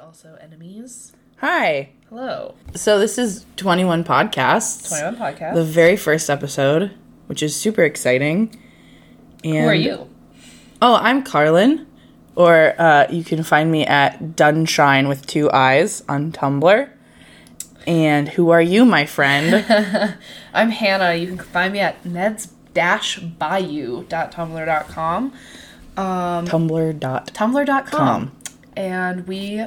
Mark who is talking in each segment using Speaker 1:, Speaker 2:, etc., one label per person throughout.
Speaker 1: also enemies.
Speaker 2: Hi.
Speaker 1: Hello.
Speaker 2: So this is 21 Podcasts.
Speaker 1: 21 Podcast.
Speaker 2: The very first episode, which is super exciting. And
Speaker 1: Who are you?
Speaker 2: Oh, I'm Carlin. Or uh, you can find me at Dunshine with two eyes on Tumblr. And who are you, my friend?
Speaker 1: I'm Hannah. You can find me at meds-bayou.tumblr.com.
Speaker 2: Tumblr dot.
Speaker 1: Tumblr.com.
Speaker 2: Com.
Speaker 1: And we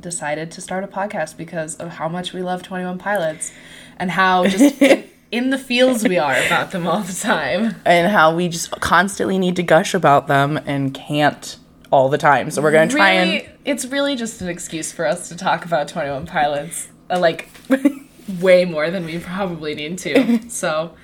Speaker 1: decided to start a podcast because of how much we love 21 Pilots and how just in, in the fields we are about them all the time.
Speaker 2: And how we just constantly need to gush about them and can't all the time. So we're gonna try
Speaker 1: really, it's really just an excuse for us to talk about 21 Pilots, uh, like
Speaker 2: and
Speaker 1: way more than we probably need to. So,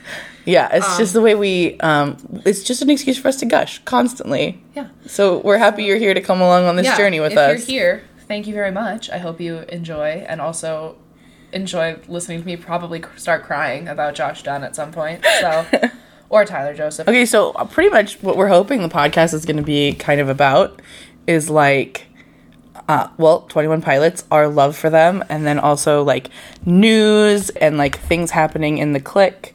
Speaker 2: yeah,
Speaker 1: Uh.
Speaker 2: it's just the way we. Um, it's just an excuse for us to gush constantly.
Speaker 1: yeah.
Speaker 2: So we're happy you're here to come along on this
Speaker 1: Yeah,
Speaker 2: journey with
Speaker 1: if
Speaker 2: us.
Speaker 1: you're here, thank you very much. I hope you enjoy and also enjoy listening to me probably cr- start crying about Josh Dunn at some point. So, or Tyler Joseph.
Speaker 2: Okay, so uh, pretty much what we're hoping the podcast is going to be kind of about is like, uh, well, Twenty One Pilots, our love for them, and then also like news and like things happening in the clique.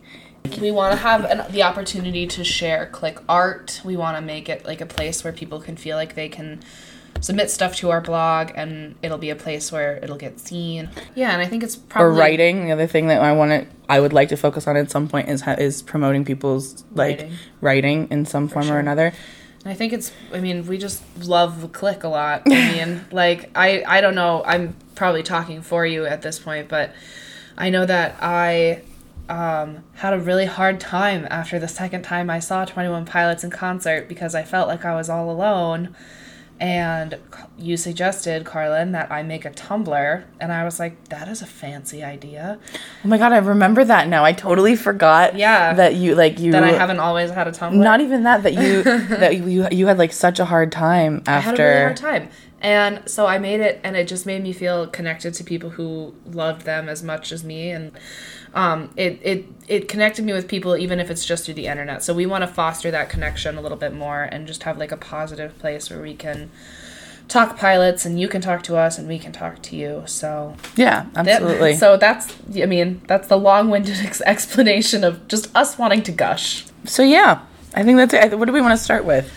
Speaker 1: We want to have an, the opportunity to share click art. We want to make it like a place where people can feel like they can submit stuff to our blog and it'll be a place where it'll get seen. Yeah, and I think it's
Speaker 2: Or
Speaker 1: probably
Speaker 2: writing. The other thing that I want to, I would like to focus on at some point is ha- is promoting people's like
Speaker 1: Writing.
Speaker 2: writing, in some form or another.
Speaker 1: And I think it's. I mean, we just love the click a lot. I mean, like I. I don't know. I'm probably talking for you at this point, but I know that I um, had a really hard time after the second time I saw Twenty One Pilots in concert because I felt like I was all alone. And you suggested, Carlin, that I make a Tumblr, and I was like, "That is a fancy idea."
Speaker 2: Oh my god, I remember that now. I totally forgot.
Speaker 1: Yeah.
Speaker 2: that you like you.
Speaker 1: That I haven't always had a Tumblr.
Speaker 2: Not even that. That you that you you had like such a hard time after.
Speaker 1: I had a really hard time. And so I made it, and it just made me feel connected to people who loved them as much as me. And um, it, it, it connected me with people, even if it's just through the internet. So we want to foster that connection a little bit more and just have like a positive place where we can talk pilots, and you can talk to us, and we can talk to you. So
Speaker 2: Yeah,
Speaker 1: that-
Speaker 2: absolutely. so,
Speaker 1: so that's, I mean, that's the long winded ex- explanation of just us wanting to gush.
Speaker 2: yeah, I think that's it. I th- What do we want to start with?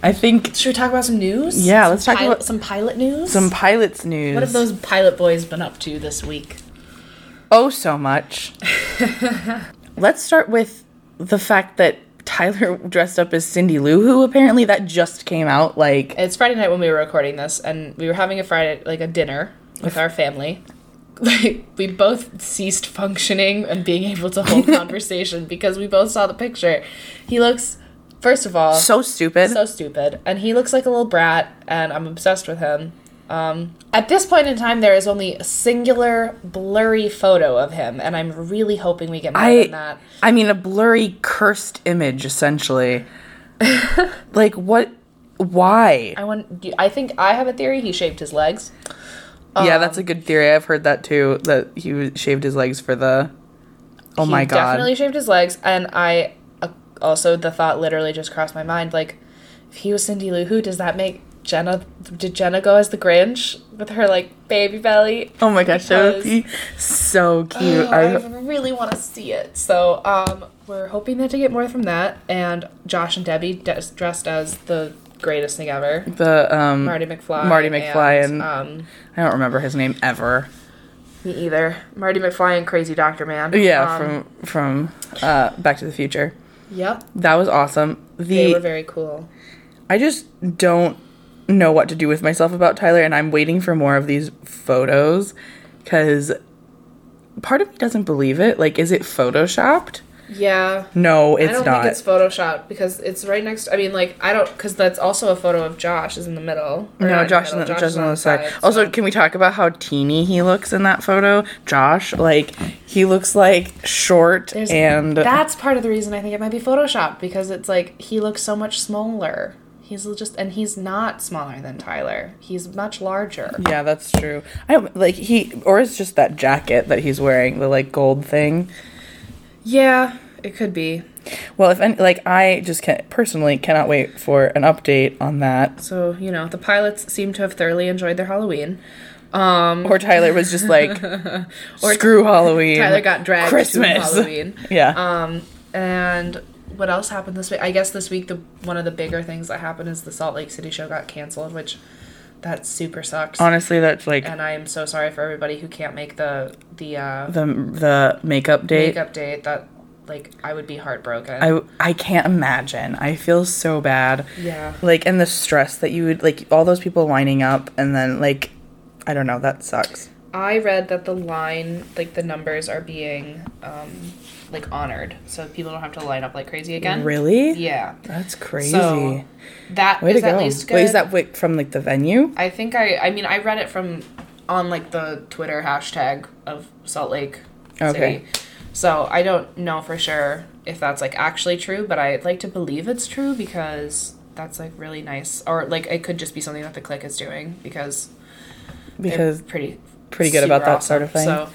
Speaker 2: I think
Speaker 1: Should we talk about some news?
Speaker 2: Yeah, let's talk
Speaker 1: pilot,
Speaker 2: about-
Speaker 1: some pilot news.
Speaker 2: some pilots news.
Speaker 1: What have those pilot boys been up to this week?
Speaker 2: Oh, so much. Let's start with the fact that Tyler dressed up as Cindy Lou Who. Apparently, that just came out. Like,
Speaker 1: It's Friday night when we were recording this, and we were having a Friday, like a dinner with our family. Like, we both ceased functioning and being able to hold conversation because we both saw the picture. He looks, first of all,
Speaker 2: so stupid.
Speaker 1: so stupid, and he looks like a little brat, and I'm obsessed with him. Um, at this point in time, there is only a singular blurry photo of him, and I'm really hoping we get more than
Speaker 2: I,
Speaker 1: that.
Speaker 2: I mean, a blurry, cursed image, essentially. like, what? Why?
Speaker 1: I want. I think I have a theory. He shaved his legs.
Speaker 2: yeah,
Speaker 1: Um,
Speaker 2: that's a good theory. I've heard that too. That he was- shaved his legs for the. Oh my god.
Speaker 1: definitely shaved his legs and i uh, also the thought literally just crossed my mind like if he was cindy lou who does that make jenna did jenna go as the grinch with her like baby belly
Speaker 2: Oh my gosh, that would
Speaker 1: Because-
Speaker 2: be so cute.
Speaker 1: Oh,
Speaker 2: I,
Speaker 1: i really want to see it so um we're hoping that to get more from that and josh and debbie des- dressed as the greatest thing ever
Speaker 2: the um,
Speaker 1: marty mcfly
Speaker 2: Marty McFly and-
Speaker 1: um
Speaker 2: I don't remember his name ever.
Speaker 1: me either marty mcfly and crazy doctor man
Speaker 2: Yeah,
Speaker 1: Um,
Speaker 2: from from uh, Back to the Future.
Speaker 1: yep
Speaker 2: That was awesome.
Speaker 1: they were
Speaker 2: The
Speaker 1: very cool
Speaker 2: I just don't know what to do with myself about Tyler, and I'm waiting for more of these photos because part of me doesn't believe it. Like, is it photoshopped?
Speaker 1: yeah
Speaker 2: No, it's
Speaker 1: I don't
Speaker 2: not.
Speaker 1: think it's photoshopped because it's right next. I mean, like I don't because that's also a photo of Josh is in the middle. Or not
Speaker 2: no,
Speaker 1: in
Speaker 2: Josh,
Speaker 1: the
Speaker 2: on
Speaker 1: middle,
Speaker 2: the, Josh
Speaker 1: is
Speaker 2: is on the side.
Speaker 1: so-
Speaker 2: Also, can we talk about how teeny he looks in that photo? Josh, like he looks like short
Speaker 1: There's-
Speaker 2: and
Speaker 1: that's part of the reason I think it might be photoshopped because it's like he looks so much smaller. He's just and he's not smaller than Tyler. He's much larger.
Speaker 2: yeah, that's true. I don't like he or it's just that jacket that he's wearing, the like gold thing.
Speaker 1: Yeah, it could be.
Speaker 2: Well, if any, like I just can't personally cannot wait for an update on that.
Speaker 1: So you know, the pilots seem to have thoroughly enjoyed their Halloween. Um,
Speaker 2: Or Tyler was just like, screw Halloween.
Speaker 1: Tyler got dragged to
Speaker 2: Christmas.
Speaker 1: Halloween.
Speaker 2: Yeah.
Speaker 1: Um, and what else happened this week? I guess this week the one of the bigger things that happened is the Salt Lake City show got canceled, which that super sucks.
Speaker 2: Honestly, that's like
Speaker 1: and I am so sorry for everybody who can't make the the uh,
Speaker 2: the the makeup date.
Speaker 1: makeup date. That like I would be heartbroken.
Speaker 2: I I can't imagine. I feel so bad.
Speaker 1: yeah.
Speaker 2: Like and the stress that you would like all those people lining up and then like I don't know, that sucks.
Speaker 1: I read that the line, like the numbers, are being um, like honored, so people don't have to line up like crazy again.
Speaker 2: Really?
Speaker 1: Yeah.
Speaker 2: That's crazy.
Speaker 1: So that
Speaker 2: Way
Speaker 1: is
Speaker 2: to go.
Speaker 1: at least good.
Speaker 2: Wait, is that wait, from like the venue?
Speaker 1: I think I. I mean, I read it from on like the Twitter hashtag of Salt Lake
Speaker 2: Okay.
Speaker 1: City. So I don't know for sure if that's like actually true, but I'd like to believe it's true because that's like really nice, or like it could just be something that the click is doing because they're
Speaker 2: Because
Speaker 1: pretty
Speaker 2: pretty good
Speaker 1: super
Speaker 2: about that sort of
Speaker 1: awesome.
Speaker 2: thing.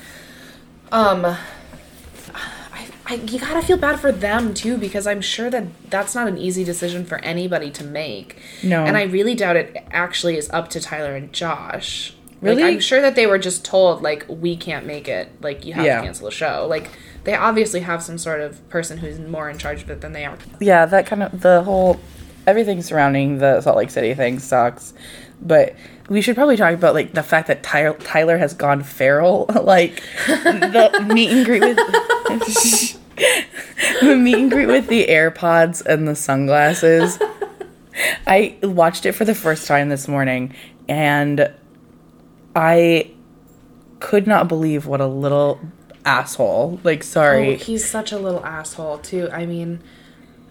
Speaker 1: So, um, I, I, you gotta feel bad for them too because I'm sure that that's not an easy decision for anybody to make.
Speaker 2: No.
Speaker 1: and I really doubt it actually is up to Tyler and Josh.
Speaker 2: Really?
Speaker 1: like, I'm sure that they were just told like we can't make it. Like you have
Speaker 2: Yeah.
Speaker 1: to cancel the show. Like they obviously have some sort of person who's more in charge of it than they are.
Speaker 2: yeah, that kind of the whole everything surrounding the Salt Lake City thing sucks. But we should probably talk about like the fact that Tyler, Tyler has gone feral, like the meet and greet with the meet and greet with the AirPods and the sunglasses. I watched it for the first time this morning, and I could not believe what a little asshole. Like, sorry,
Speaker 1: Oh, He's such a little asshole too. I mean,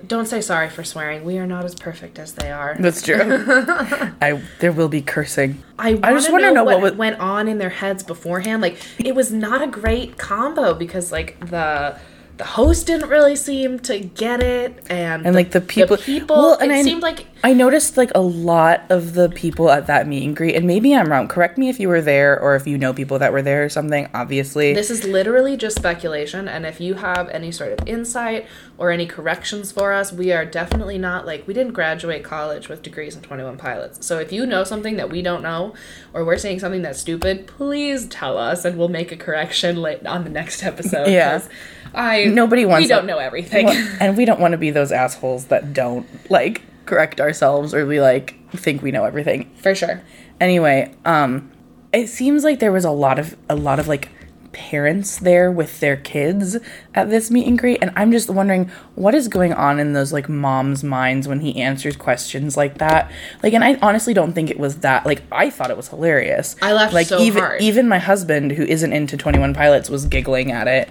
Speaker 1: don't say sorry for swearing. We are not as perfect as they are.
Speaker 2: That's true. I there will be cursing.
Speaker 1: I,
Speaker 2: just
Speaker 1: want
Speaker 2: wanna
Speaker 1: to know,
Speaker 2: know
Speaker 1: what,
Speaker 2: what was-
Speaker 1: went on in their heads beforehand. Like it was not a great combo because like the the host didn't really seem to get it, and
Speaker 2: And like the people,
Speaker 1: people. it
Speaker 2: I
Speaker 1: seemed like
Speaker 2: I noticed like a lot of the people at that meet and greet, and maybe I'm wrong. Correct me if you were there or if you know people that were there or something. Obviously,
Speaker 1: this is literally just speculation. And if you have any sort of insight or any corrections for us, we are definitely not like we didn't graduate college with degrees and Twenty One Pilots. So if you know something that we don't know, or we're saying something that's stupid, please tell us, and we'll make a correction late on the next episode.
Speaker 2: Yeah.
Speaker 1: 'cause I
Speaker 2: Nobody wants
Speaker 1: We don't
Speaker 2: that.
Speaker 1: know everything.
Speaker 2: and we don't want to be those assholes that don't like correct ourselves or we like think we know everything.
Speaker 1: For sure.
Speaker 2: anyway um it seems like there was a lot of a lot of like parents there with their kids at this meet and greet and i'm just wondering what is going on in those like moms minds when he answers questions like that like and i honestly don't think it was that like i thought it was hilarious
Speaker 1: I laughed
Speaker 2: like
Speaker 1: so
Speaker 2: even
Speaker 1: hard.
Speaker 2: even my husband who isn't into 21 pilots was giggling at it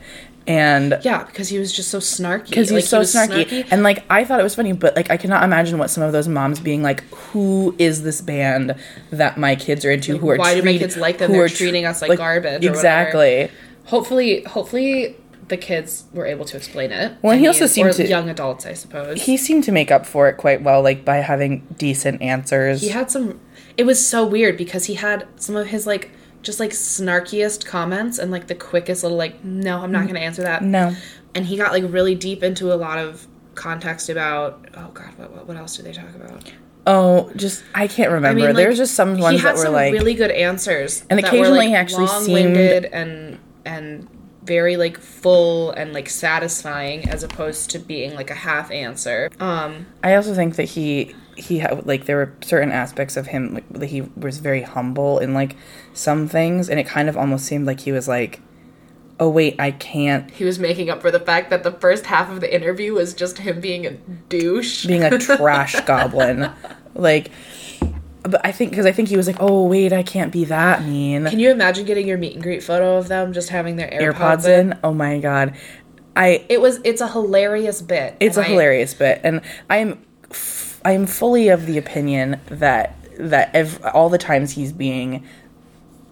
Speaker 2: and
Speaker 1: Yeah, because he was just so snarky.
Speaker 2: because
Speaker 1: Like,
Speaker 2: he's
Speaker 1: he
Speaker 2: so
Speaker 1: was
Speaker 2: snarky. And like I thought it was funny, but like I cannot imagine what some of those moms being like, "Who is this band that my kids are into? who are
Speaker 1: why do my
Speaker 2: treat-
Speaker 1: kids like them?
Speaker 2: who
Speaker 1: They're
Speaker 2: are
Speaker 1: treating us like garbage or whatever."
Speaker 2: exactly.
Speaker 1: hopefully, hopefully the kids were able to explain it.
Speaker 2: Well,
Speaker 1: I
Speaker 2: he also seemed
Speaker 1: or
Speaker 2: to-
Speaker 1: young adults, I suppose.
Speaker 2: He seemed to make up for it quite well, like by having decent answers.
Speaker 1: he had some it was so weird because he had some of his like just like snarkiest comments and like the quickest little like no i'm not going to answer that
Speaker 2: Mm. No.
Speaker 1: and he got like really deep into a lot of context about oh god what, what, what else did they talk about
Speaker 2: Oh, just I can't remember.
Speaker 1: like,
Speaker 2: there was just some
Speaker 1: he
Speaker 2: ones
Speaker 1: had
Speaker 2: that were
Speaker 1: some
Speaker 2: like
Speaker 1: really good answers
Speaker 2: And
Speaker 1: that
Speaker 2: occasionally
Speaker 1: were, like,
Speaker 2: he actually
Speaker 1: long-winded and and very like full and like satisfying as opposed to being like a half answer um
Speaker 2: I also think that he he had like there were certain aspects of him like, that he was very humble in like some things, and it kind of almost seemed like he was like, "Oh wait, I can't."
Speaker 1: he was making up for the fact that the first half of the interview was just him being a douche
Speaker 2: being a trash goblin. Like, but I think because I think he was like, oh wait, I can't be that mean.
Speaker 1: Can you imagine getting your meet and greet photo of them just having their AirPods,
Speaker 2: AirPods
Speaker 1: in?
Speaker 2: in. Oh my god, I
Speaker 1: It was it's a hilarious bit.
Speaker 2: it's a
Speaker 1: and I-
Speaker 2: hilarious bit, and I'm f- I'm fully of the opinion that that ev- all the times he's being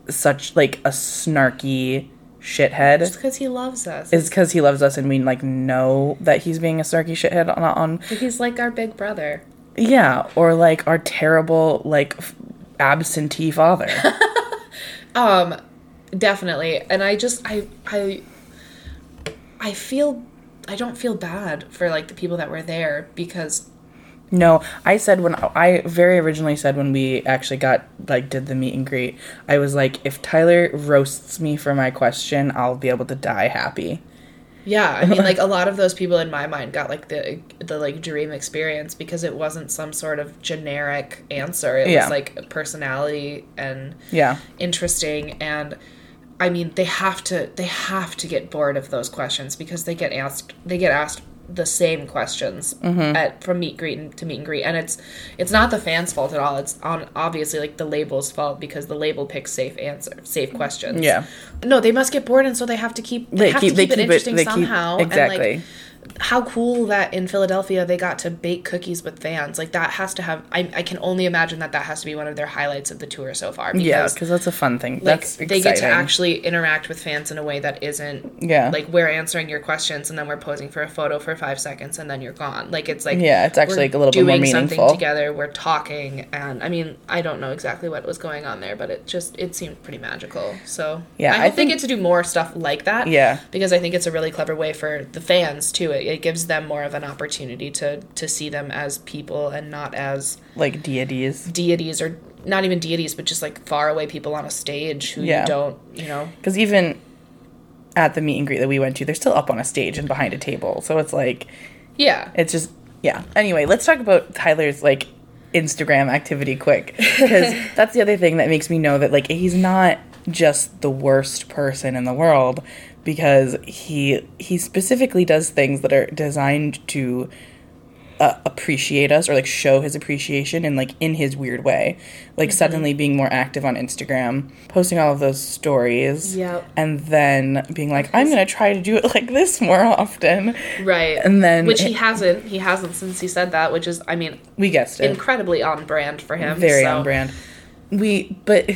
Speaker 2: such like a snarky shithead.
Speaker 1: It's because he loves us.
Speaker 2: Is because he loves us and we like know that he's being a snarky shithead on, on
Speaker 1: He's like our big brother.
Speaker 2: yeah or like our terrible like f- absentee father.
Speaker 1: Definitely. And I just I I I feel I don't feel bad for like the people that were there because
Speaker 2: No, I said when I very originally said when we actually got like did the meet and greet, I was like, if Tyler roasts me for my question, I'll be able to die happy.
Speaker 1: Yeah, I mean, like a lot of those people in my mind got like the the like dream experience because it wasn't some sort of generic answer. It
Speaker 2: Yeah.
Speaker 1: was like personality and
Speaker 2: Yeah.
Speaker 1: interesting and I mean, they have to they have to get bored of those questions because they get asked they get asked the same questions at from meet greet and to meet and greet and it's it's not the fans fault at all it's on obviously like the label's fault because the label picks safe answer safe questions
Speaker 2: Yeah.
Speaker 1: no they must get bored and so they have to keep they, have to keep it interesting somehow and
Speaker 2: exactly.
Speaker 1: like how cool that in Philadelphia they got to bake cookies with fans. Like that has to have. I, I can only imagine that that has to be one of their highlights of the tour so far. Because,
Speaker 2: yeah, because that's a fun thing.
Speaker 1: like
Speaker 2: that's
Speaker 1: they
Speaker 2: exciting.
Speaker 1: get to actually interact with fans in a way that isn't.
Speaker 2: Yeah.
Speaker 1: Like we're answering your questions and then we're posing for a photo for five seconds and then you're gone. Like it's like
Speaker 2: Yeah, it's actually,
Speaker 1: we're
Speaker 2: like, a little bit more
Speaker 1: doing
Speaker 2: meaningful.
Speaker 1: Something together, we're talking, and I mean I don't know exactly what was going on there, but it just it seemed pretty magical. So
Speaker 2: Yeah,
Speaker 1: I
Speaker 2: I
Speaker 1: hope they
Speaker 2: think-
Speaker 1: get to do more stuff like that
Speaker 2: Yeah.
Speaker 1: because I think it's a really clever way for the fans too. It, it gives them more of an opportunity to to see them as people and not as
Speaker 2: like deities.
Speaker 1: deities or not even deities, but just like faraway people on a stage who
Speaker 2: Yeah.
Speaker 1: you don't, you know.
Speaker 2: Because even at the meet and greet that we went to, they're still up on a stage and behind a table. So it's like
Speaker 1: Yeah,
Speaker 2: it's just yeah. Anyway, let's talk about Tyler's like Instagram activity quick because that's the other thing that makes me know that like he's not just the worst person in the world because he he specifically does things that are designed to uh, appreciate us or like show his appreciation and like in his weird way
Speaker 1: Mm-hmm.
Speaker 2: like suddenly being more active on instagram posting all of those stories
Speaker 1: Yep.
Speaker 2: and then being like i'm gonna try to do it like this more often
Speaker 1: right.
Speaker 2: And then-
Speaker 1: which he hasn't, he hasn't since he said that, which is, I mean,
Speaker 2: we guessed it
Speaker 1: incredibly on brand for him.
Speaker 2: very
Speaker 1: so-
Speaker 2: on brand. We but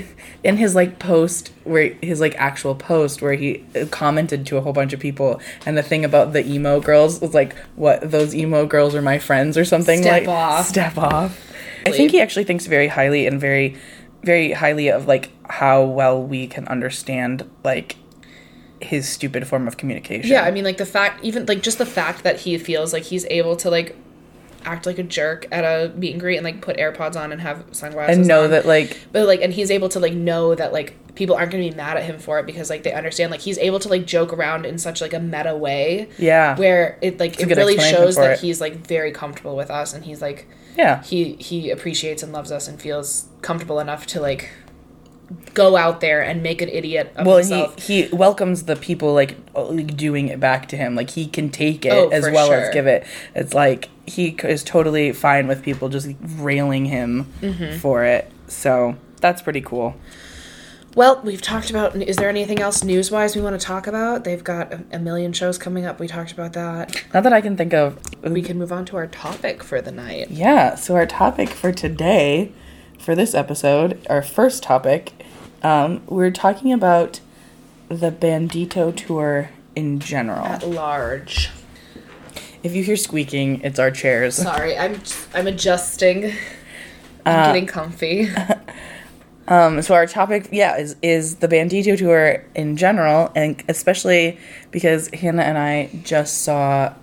Speaker 2: in his like post where his like actual post where he uh, commented to a whole bunch of people and the thing about the emo girls was like what those emo girls are my friends or something
Speaker 1: Step
Speaker 2: like
Speaker 1: off.
Speaker 2: step off. I think he actually thinks very highly and very very highly of like how well we can understand like his stupid form of communication.
Speaker 1: Yeah, I mean, like the fact, even like just the fact that he feels like he's able to like act like a jerk at a meet and greet and like put AirPods on and have sunglasses
Speaker 2: and know
Speaker 1: on.
Speaker 2: that like
Speaker 1: but like and he's able to like know that like people aren't gonna be mad at him for it because like they understand like he's able to like joke around in such like a meta way
Speaker 2: Yeah.
Speaker 1: where it like
Speaker 2: a
Speaker 1: it
Speaker 2: good
Speaker 1: really
Speaker 2: explanation
Speaker 1: shows
Speaker 2: for
Speaker 1: that
Speaker 2: it.
Speaker 1: he's like very comfortable with us and he's like
Speaker 2: yeah.
Speaker 1: he he appreciates and loves us and feels comfortable enough to like go out there and make an idiot of
Speaker 2: Well,
Speaker 1: himself
Speaker 2: he he welcomes the people like uh, like, doing it back to him. Like he can take it
Speaker 1: Oh,
Speaker 2: as
Speaker 1: for
Speaker 2: well
Speaker 1: sure.
Speaker 2: as give it. It's like he c- is totally fine with people just railing him
Speaker 1: Mm-hmm.
Speaker 2: for it. So that's pretty cool.
Speaker 1: well we've talked about is there anything else news wise we want to talk about they've got a, a million shows coming up we talked about that
Speaker 2: Not that I can think of.
Speaker 1: we can move on to our topic for the night
Speaker 2: Yeah. So our topic for today, for this episode, our first topic, um, we're talking about the Bandito tour in general.
Speaker 1: at large
Speaker 2: If you hear squeaking, it's our chairs.
Speaker 1: Sorry, I'm I'm adjusting. I'm
Speaker 2: Uh,
Speaker 1: getting comfy.
Speaker 2: Um, so our topic, yeah, is is the Bandito tour in general, and especially because Hannah and I just saw,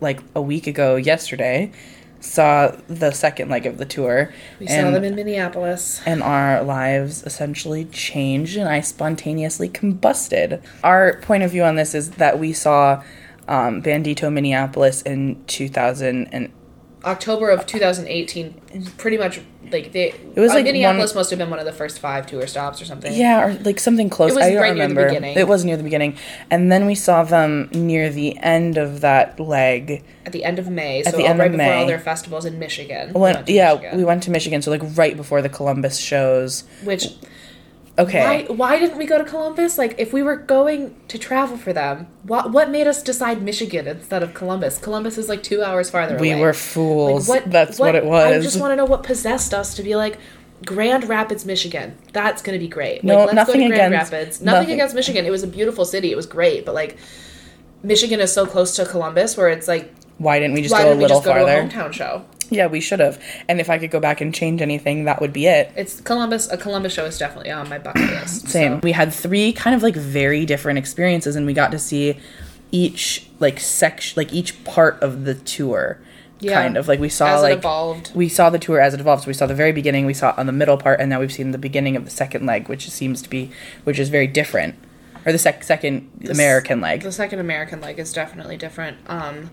Speaker 2: like a week ago yesterday, saw the second leg of the tour,
Speaker 1: We saw
Speaker 2: and
Speaker 1: them in Minneapolis.
Speaker 2: and our lives essentially changed, and I spontaneously combusted. Our point of view on this is that we saw um, Bandito Minneapolis in two thousand and
Speaker 1: October of 2018, pretty much like they it
Speaker 2: was,
Speaker 1: was
Speaker 2: like,
Speaker 1: like Minneapolis
Speaker 2: one-
Speaker 1: must have been one of the first five tour stops or something.
Speaker 2: Yeah, or like something close.
Speaker 1: It was
Speaker 2: I don't
Speaker 1: right near the
Speaker 2: remember.
Speaker 1: beginning.
Speaker 2: It was near the beginning, and then we saw them near the end of that leg.
Speaker 1: At the end of May, so
Speaker 2: the
Speaker 1: all-
Speaker 2: end
Speaker 1: right
Speaker 2: of
Speaker 1: before all
Speaker 2: May.
Speaker 1: their festivals in Michigan. we
Speaker 2: When,
Speaker 1: went to
Speaker 2: yeah,
Speaker 1: Michigan.
Speaker 2: we went to Michigan, so like right before the Columbus shows.
Speaker 1: which
Speaker 2: Okay,
Speaker 1: why why didn't we go to Columbus? Like if we were going to travel for them, what what made us decide Michigan instead of Columbus? Columbus is like two hours farther
Speaker 2: we
Speaker 1: away.
Speaker 2: were fools.
Speaker 1: What,
Speaker 2: That's what, it
Speaker 1: I
Speaker 2: was.
Speaker 1: just want to know what possessed us to be like Grand Rapids, Michigan. That's gonna be great.
Speaker 2: No,
Speaker 1: like, let's
Speaker 2: nothing
Speaker 1: go to Grand
Speaker 2: against-
Speaker 1: Rapids. Nothing,
Speaker 2: nothing-
Speaker 1: against Michigan. It was a beautiful city. It was great, but like Michigan is so close to Columbus, where it's like,
Speaker 2: why didn't we just
Speaker 1: why
Speaker 2: go a
Speaker 1: didn't we
Speaker 2: little
Speaker 1: just go to
Speaker 2: farther?
Speaker 1: a hometown show?
Speaker 2: yeah, we should have. And if I could go back and change anything, that would be it.
Speaker 1: It's Columbus. A Columbus show is definitely on my bucket list.
Speaker 2: Same.
Speaker 1: so.
Speaker 2: We had three kind of like very different experiences, and we got to see each like section, like each part of the tour.
Speaker 1: Yeah.
Speaker 2: kind of like we saw
Speaker 1: As it
Speaker 2: like
Speaker 1: evolved.
Speaker 2: we saw the tour as it evolves. We saw the very beginning, we saw it on the middle part, and now we've seen the beginning of the second leg, which seems to be which is very different, or the sec- second American leg.
Speaker 1: The second American leg is definitely different. Um,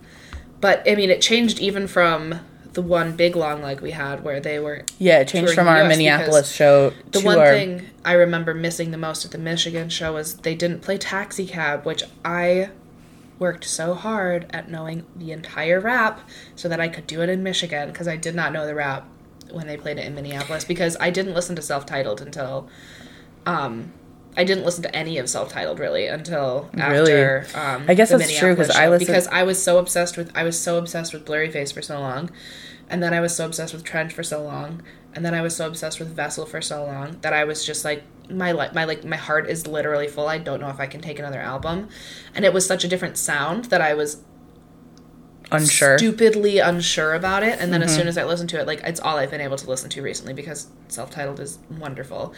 Speaker 1: but I mean, it changed even from the one big long leg we had where they were.
Speaker 2: yeah, it changed
Speaker 1: touring
Speaker 2: from
Speaker 1: the
Speaker 2: our
Speaker 1: US
Speaker 2: Minneapolis
Speaker 1: because
Speaker 2: show
Speaker 1: The
Speaker 2: to
Speaker 1: one
Speaker 2: our
Speaker 1: thing I remember missing the most at the Michigan show was they didn't play Taxi Cab, which I worked so hard at knowing the entire rap so that I could do it in Michigan because I did not know the rap when they played it in Minneapolis because I didn't listen to self titled until. Um, I didn't listen to any of self titled really until
Speaker 2: Really?
Speaker 1: after. Um,
Speaker 2: I guess
Speaker 1: the
Speaker 2: that's true,
Speaker 1: Minneapolis
Speaker 2: 'cause I
Speaker 1: show,
Speaker 2: listened-
Speaker 1: because I was so obsessed with I was so obsessed with Blurry Face for so long, and then I was so obsessed with Trench for so long, and then I was so obsessed with Vessel for so long that I was just like my li- my like my heart is literally full. I don't know if I can take another album, and it was such a different sound that I was
Speaker 2: unsure. Mm-hmm.
Speaker 1: stupidly unsure about it. And then as soon as I listened to it, like it's all I've been able to listen to recently because self titled is wonderful.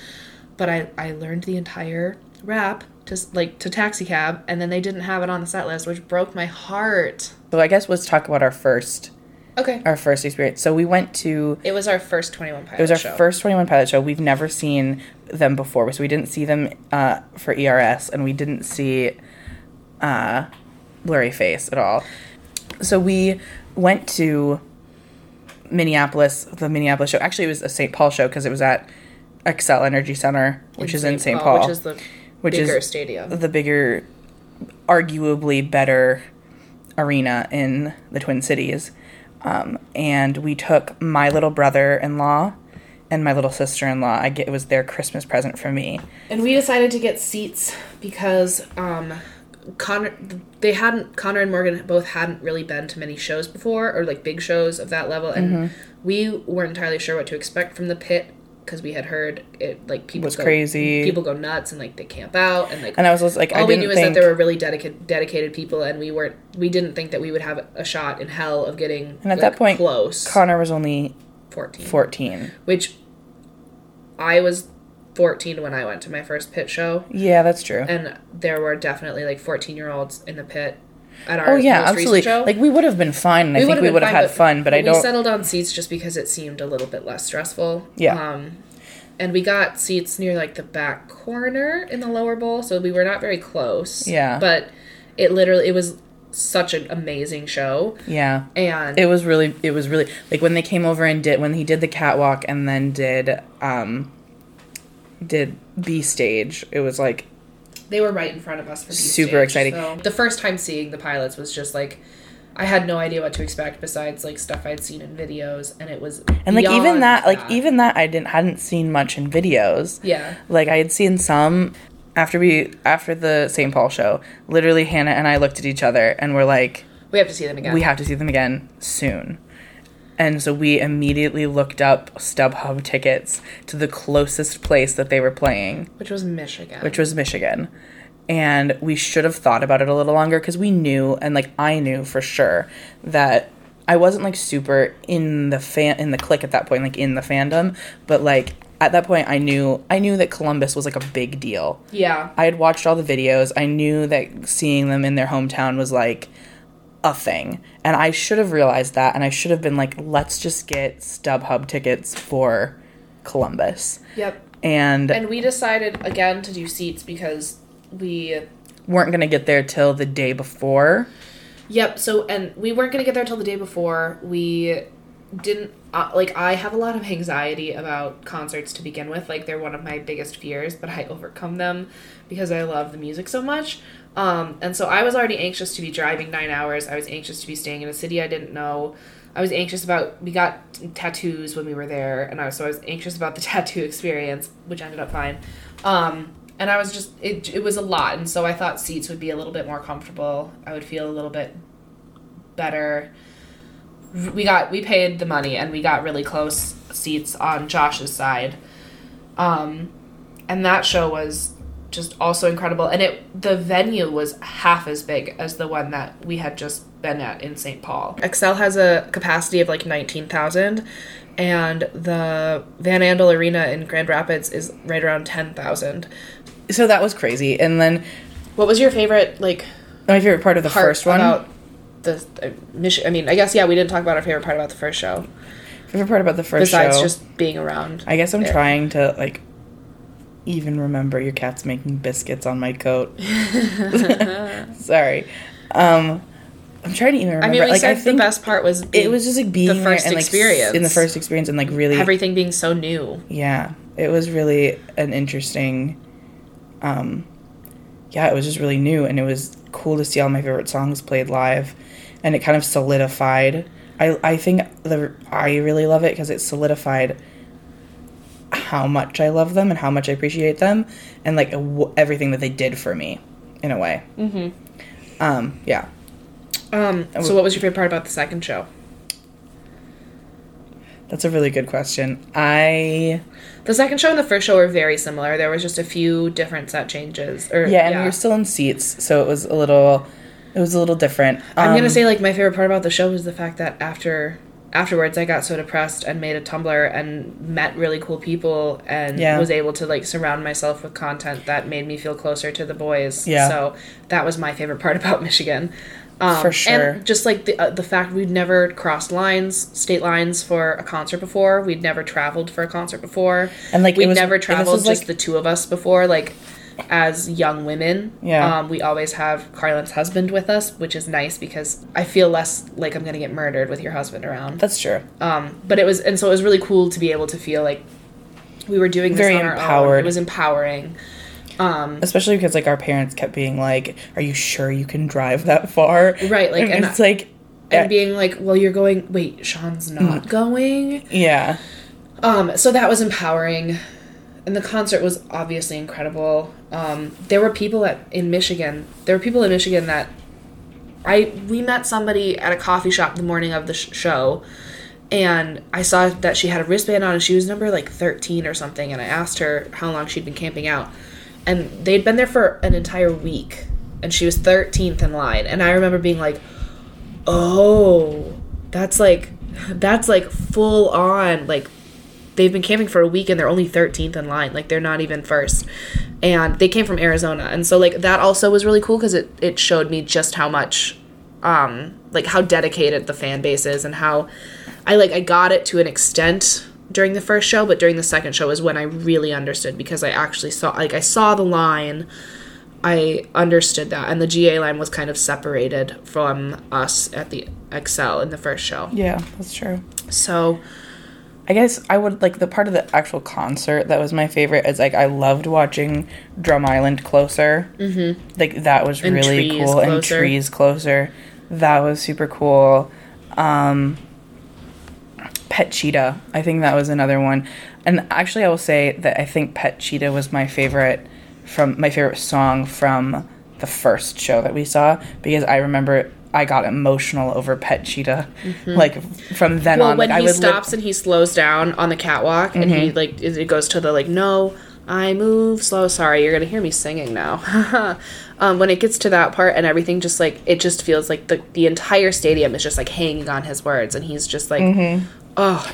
Speaker 1: But I, I learned the entire rap to s- like to taxi cab and then they didn't have it on the set list, which broke my heart.
Speaker 2: so I guess let's talk about our first
Speaker 1: Okay.
Speaker 2: our first experience. So we went to
Speaker 1: It was our first twenty one pilot.
Speaker 2: It was our
Speaker 1: show.
Speaker 2: first 21 pilot show. We've never seen them before. So we didn't see them uh, for ERS and we didn't see uh, Blurry Face at all. So we went to Minneapolis, the Minneapolis show. Actually, it was a St. Paul show because it was at Excel Energy Center, which is in St. Paul,
Speaker 1: Which is the
Speaker 2: which is
Speaker 1: bigger stadium.
Speaker 2: the bigger, arguably better arena in the Twin Cities. Um, and we took my little brother in law and my little sister in law. I get, it was their Christmas present for me.
Speaker 1: And we decided to get seats because um, Connor, they hadn't Connor and Morgan both hadn't really been to many shows before or like big shows of that level, and
Speaker 2: Mm-hmm.
Speaker 1: we weren't entirely sure what to expect from the pit because we had heard it like people
Speaker 2: Was
Speaker 1: go-
Speaker 2: crazy.
Speaker 1: people go nuts and like they camp out and like
Speaker 2: And I was just like,
Speaker 1: all
Speaker 2: I
Speaker 1: we
Speaker 2: didn't
Speaker 1: knew is
Speaker 2: think
Speaker 1: that there were really dedicated dedicated people, and we weren't we didn't think that we would have a shot in hell of getting
Speaker 2: And at
Speaker 1: like,
Speaker 2: that point,
Speaker 1: close
Speaker 2: Connor was only
Speaker 1: 14.
Speaker 2: 14.
Speaker 1: which I was fourteen when I went to my first pit show
Speaker 2: Yeah, that's true.
Speaker 1: and there were definitely like 14 year olds in the pit at our
Speaker 2: oh, yeah,
Speaker 1: most
Speaker 2: absolutely.
Speaker 1: recent show.
Speaker 2: Like, we would have been fine. And I think we
Speaker 1: been
Speaker 2: would have had fun, but I
Speaker 1: we
Speaker 2: don't.
Speaker 1: settled on seats just because it seemed a little bit less stressful.
Speaker 2: Yeah.
Speaker 1: Um, and we got seats near like the back corner in the lower bowl, so we were not very close.
Speaker 2: Yeah.
Speaker 1: But it literally it was such an amazing show,
Speaker 2: yeah.
Speaker 1: and
Speaker 2: It was really, it was really like when they came over and did when he did the catwalk and then did um did B stage. It was like
Speaker 1: they were right in front of us for these
Speaker 2: Super
Speaker 1: stage,
Speaker 2: exciting.
Speaker 1: so- The first time seeing the pilots was just like. I had no idea what to expect besides like stuff I'd seen in videos, and it was
Speaker 2: and like even
Speaker 1: beyond
Speaker 2: that, like even that I didn't hadn't seen much in videos.
Speaker 1: yeah
Speaker 2: Like I had seen some after we after the St. Paul show. Literally, Hannah and I looked at each other and were like,
Speaker 1: We have to see them again.
Speaker 2: we have to see them again soon. And so we immediately looked up StubHub tickets to the closest place that they were playing.
Speaker 1: which was Michigan.
Speaker 2: which was Michigan. And we should have thought about it a little longer because we knew, and like I knew for sure that I wasn't like super in the fan in the click at that point, like in the fandom. But like at that point, I knew I knew that Columbus was like a big deal.
Speaker 1: yeah,
Speaker 2: I had watched all the videos. I knew that seeing them in their hometown was like a thing, and I should have realized that, and I should have been like, let's just get StubHub tickets for Columbus,
Speaker 1: yep.
Speaker 2: and
Speaker 1: And we decided again to do seats because we
Speaker 2: weren't gonna get there till the day before.
Speaker 1: yep. So and we weren't gonna get there till the day before. We didn't uh, like I have a lot of anxiety about concerts to begin with. Like they're one of my biggest fears, but I overcome them because I love the music so much. Um, and so I was already anxious to be driving nine hours. I was anxious to be staying in a city I didn't know. I was anxious about we got t- tattoos when we were there, and I was, so I was anxious about the tattoo experience, which ended up fine. Um, and I was just it, it was a lot, and so I thought seats would be a little bit more comfortable. I would feel a little bit better we got we paid the money and we got really close seats on Josh's side. Um and that show was just also incredible and it the venue was half as big as the one that we had just been at in St. Paul. Excel has a capacity of like 19,000 and the Van Andel Arena in Grand Rapids is right around 10,000.
Speaker 2: So that was crazy. And then
Speaker 1: What was your favorite like
Speaker 2: my favorite part of the
Speaker 1: part
Speaker 2: first one
Speaker 1: about the uh, mission. I mean, I guess yeah, we didn't talk about our favorite part about the first show.
Speaker 2: Favorite part about the first
Speaker 1: besides
Speaker 2: show.
Speaker 1: just being around.
Speaker 2: I guess I'm
Speaker 1: it.
Speaker 2: trying to like even remember your cat's making biscuits on my coat. Sorry. Um I'm trying to even remember.
Speaker 1: I mean, we
Speaker 2: like
Speaker 1: said
Speaker 2: I think
Speaker 1: the best part was
Speaker 2: it was just like being there
Speaker 1: first
Speaker 2: and, like, s- in the
Speaker 1: experience.
Speaker 2: first experience and like really
Speaker 1: everything being so new.
Speaker 2: yeah it was really an interesting um yeah it was just really new and it was cool to see all my favorite songs played live and it kind of solidified i i think the i really love it because it solidified how much i love them and how much i appreciate them and like w- everything that they did for me in a way mm-hmm. um yeah
Speaker 1: Um, so what was your favorite part about the second show?
Speaker 2: that's a really good question i
Speaker 1: The second show and the first show were very similar. There was just a few different set changes. Or
Speaker 2: yeah, and we were still in seats, so it was a little, it was a little different.
Speaker 1: I'm gonna
Speaker 2: Um,
Speaker 1: say like my favorite part about the show was the fact that after afterwards I got so depressed and made a Tumblr and met really cool people and
Speaker 2: Yeah.
Speaker 1: was able to like surround myself with content that made me feel closer to the boys.
Speaker 2: Yeah.
Speaker 1: So that was my favorite part about Michigan. Um,
Speaker 2: For sure.
Speaker 1: And just like the uh, the fact we'd never crossed lines, state lines for a concert before. We'd never traveled for a concert before.
Speaker 2: And, like, it
Speaker 1: we'd
Speaker 2: was-
Speaker 1: never
Speaker 2: and this
Speaker 1: traveled
Speaker 2: was,
Speaker 1: just
Speaker 2: like-
Speaker 1: the two of us before. Like as young women.
Speaker 2: Yeah.
Speaker 1: Um, we always have Carlin's husband with us, which is nice because I feel less like I'm gonna get murdered with your husband around.
Speaker 2: that's true.
Speaker 1: Um, but it was, and so it was really cool to be able to feel like we were doing this
Speaker 2: Very
Speaker 1: on our own.
Speaker 2: empowered.
Speaker 1: It was empowering. Um,
Speaker 2: Especially because like our parents kept being like, "Are you sure you can drive that far?"
Speaker 1: Right, like,
Speaker 2: and,
Speaker 1: and
Speaker 2: it's like,
Speaker 1: And being like, well, you're going. Wait, Sean's
Speaker 2: Mm.
Speaker 1: not going.
Speaker 2: yeah,
Speaker 1: Um, so that was empowering, and the concert was obviously incredible. Um, there were people at in Michigan. There were people in Michigan that I we met somebody at a coffee shop the morning of the sh- show, and I saw that she had a wristband on and she was number like thirteen or something. And I asked her how long she'd been camping out, and they'd been there for an entire week, and she was thirteenth in line. And I remember being like, "Oh, that's like, that's like full on like." They've been camping for a week and they're only 13th in line. Like, they're not even first. And they came from Arizona. And so, like, that also was really cool because it, it showed me just how much um like how dedicated the fan base is and how I like I got it to an extent during the first show, but during the second show is when I really understood because I actually saw like I saw the line. I understood that and the GA line was kind of separated from us at the Excel in the first show.
Speaker 2: yeah, that's true.
Speaker 1: So
Speaker 2: I guess I would like the part of the actual concert that was my favorite is like I loved watching Drum Island closer. Mm-hmm. Like that was really
Speaker 1: trees
Speaker 2: cool and
Speaker 1: closer.
Speaker 2: trees closer. That was super cool. Um, Pet Cheetah, I think that was another one. And actually, I will say that I think Pet Cheetah was my favorite from my favorite song from the first show that we saw because I remember. I got emotional over Pet Cheetah, like from then
Speaker 1: Mm-hmm. well
Speaker 2: on.
Speaker 1: when
Speaker 2: like, I
Speaker 1: he
Speaker 2: would lit- Mm-hmm.
Speaker 1: stops and he slows down on the catwalk and he like is- it goes to the like no i move slow sorry you're gonna hear me singing now um, when it gets to that part and everything just like it just feels like the, the entire stadium is just like hanging on his words and he's just like oh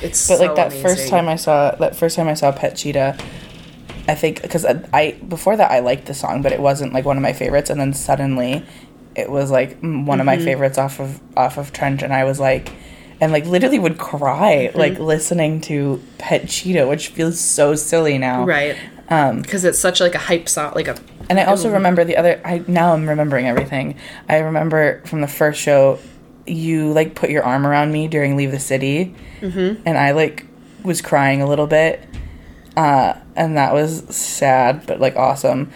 Speaker 1: it's
Speaker 2: Mm-hmm. But
Speaker 1: so
Speaker 2: like that first
Speaker 1: amazing.
Speaker 2: time I saw that first time I saw Pet Cheetah, I think because I, I before that I liked the song, but it wasn't like one of my favorites. And then suddenly, it was like m- one of
Speaker 1: Mm-hmm.
Speaker 2: my favorites off of off of Trench, and I was like, and like literally would cry
Speaker 1: Mm-hmm.
Speaker 2: like listening to Pet Cheetah, which feels so silly now.
Speaker 1: right
Speaker 2: Um,
Speaker 1: because it's such like a hype song like a
Speaker 2: and I also remember the other. I now I'm remembering everything. I remember from the first show, you like put your arm around me during Leave the City, mm-hmm. and I like was crying a little bit, uh, and that was sad but like awesome.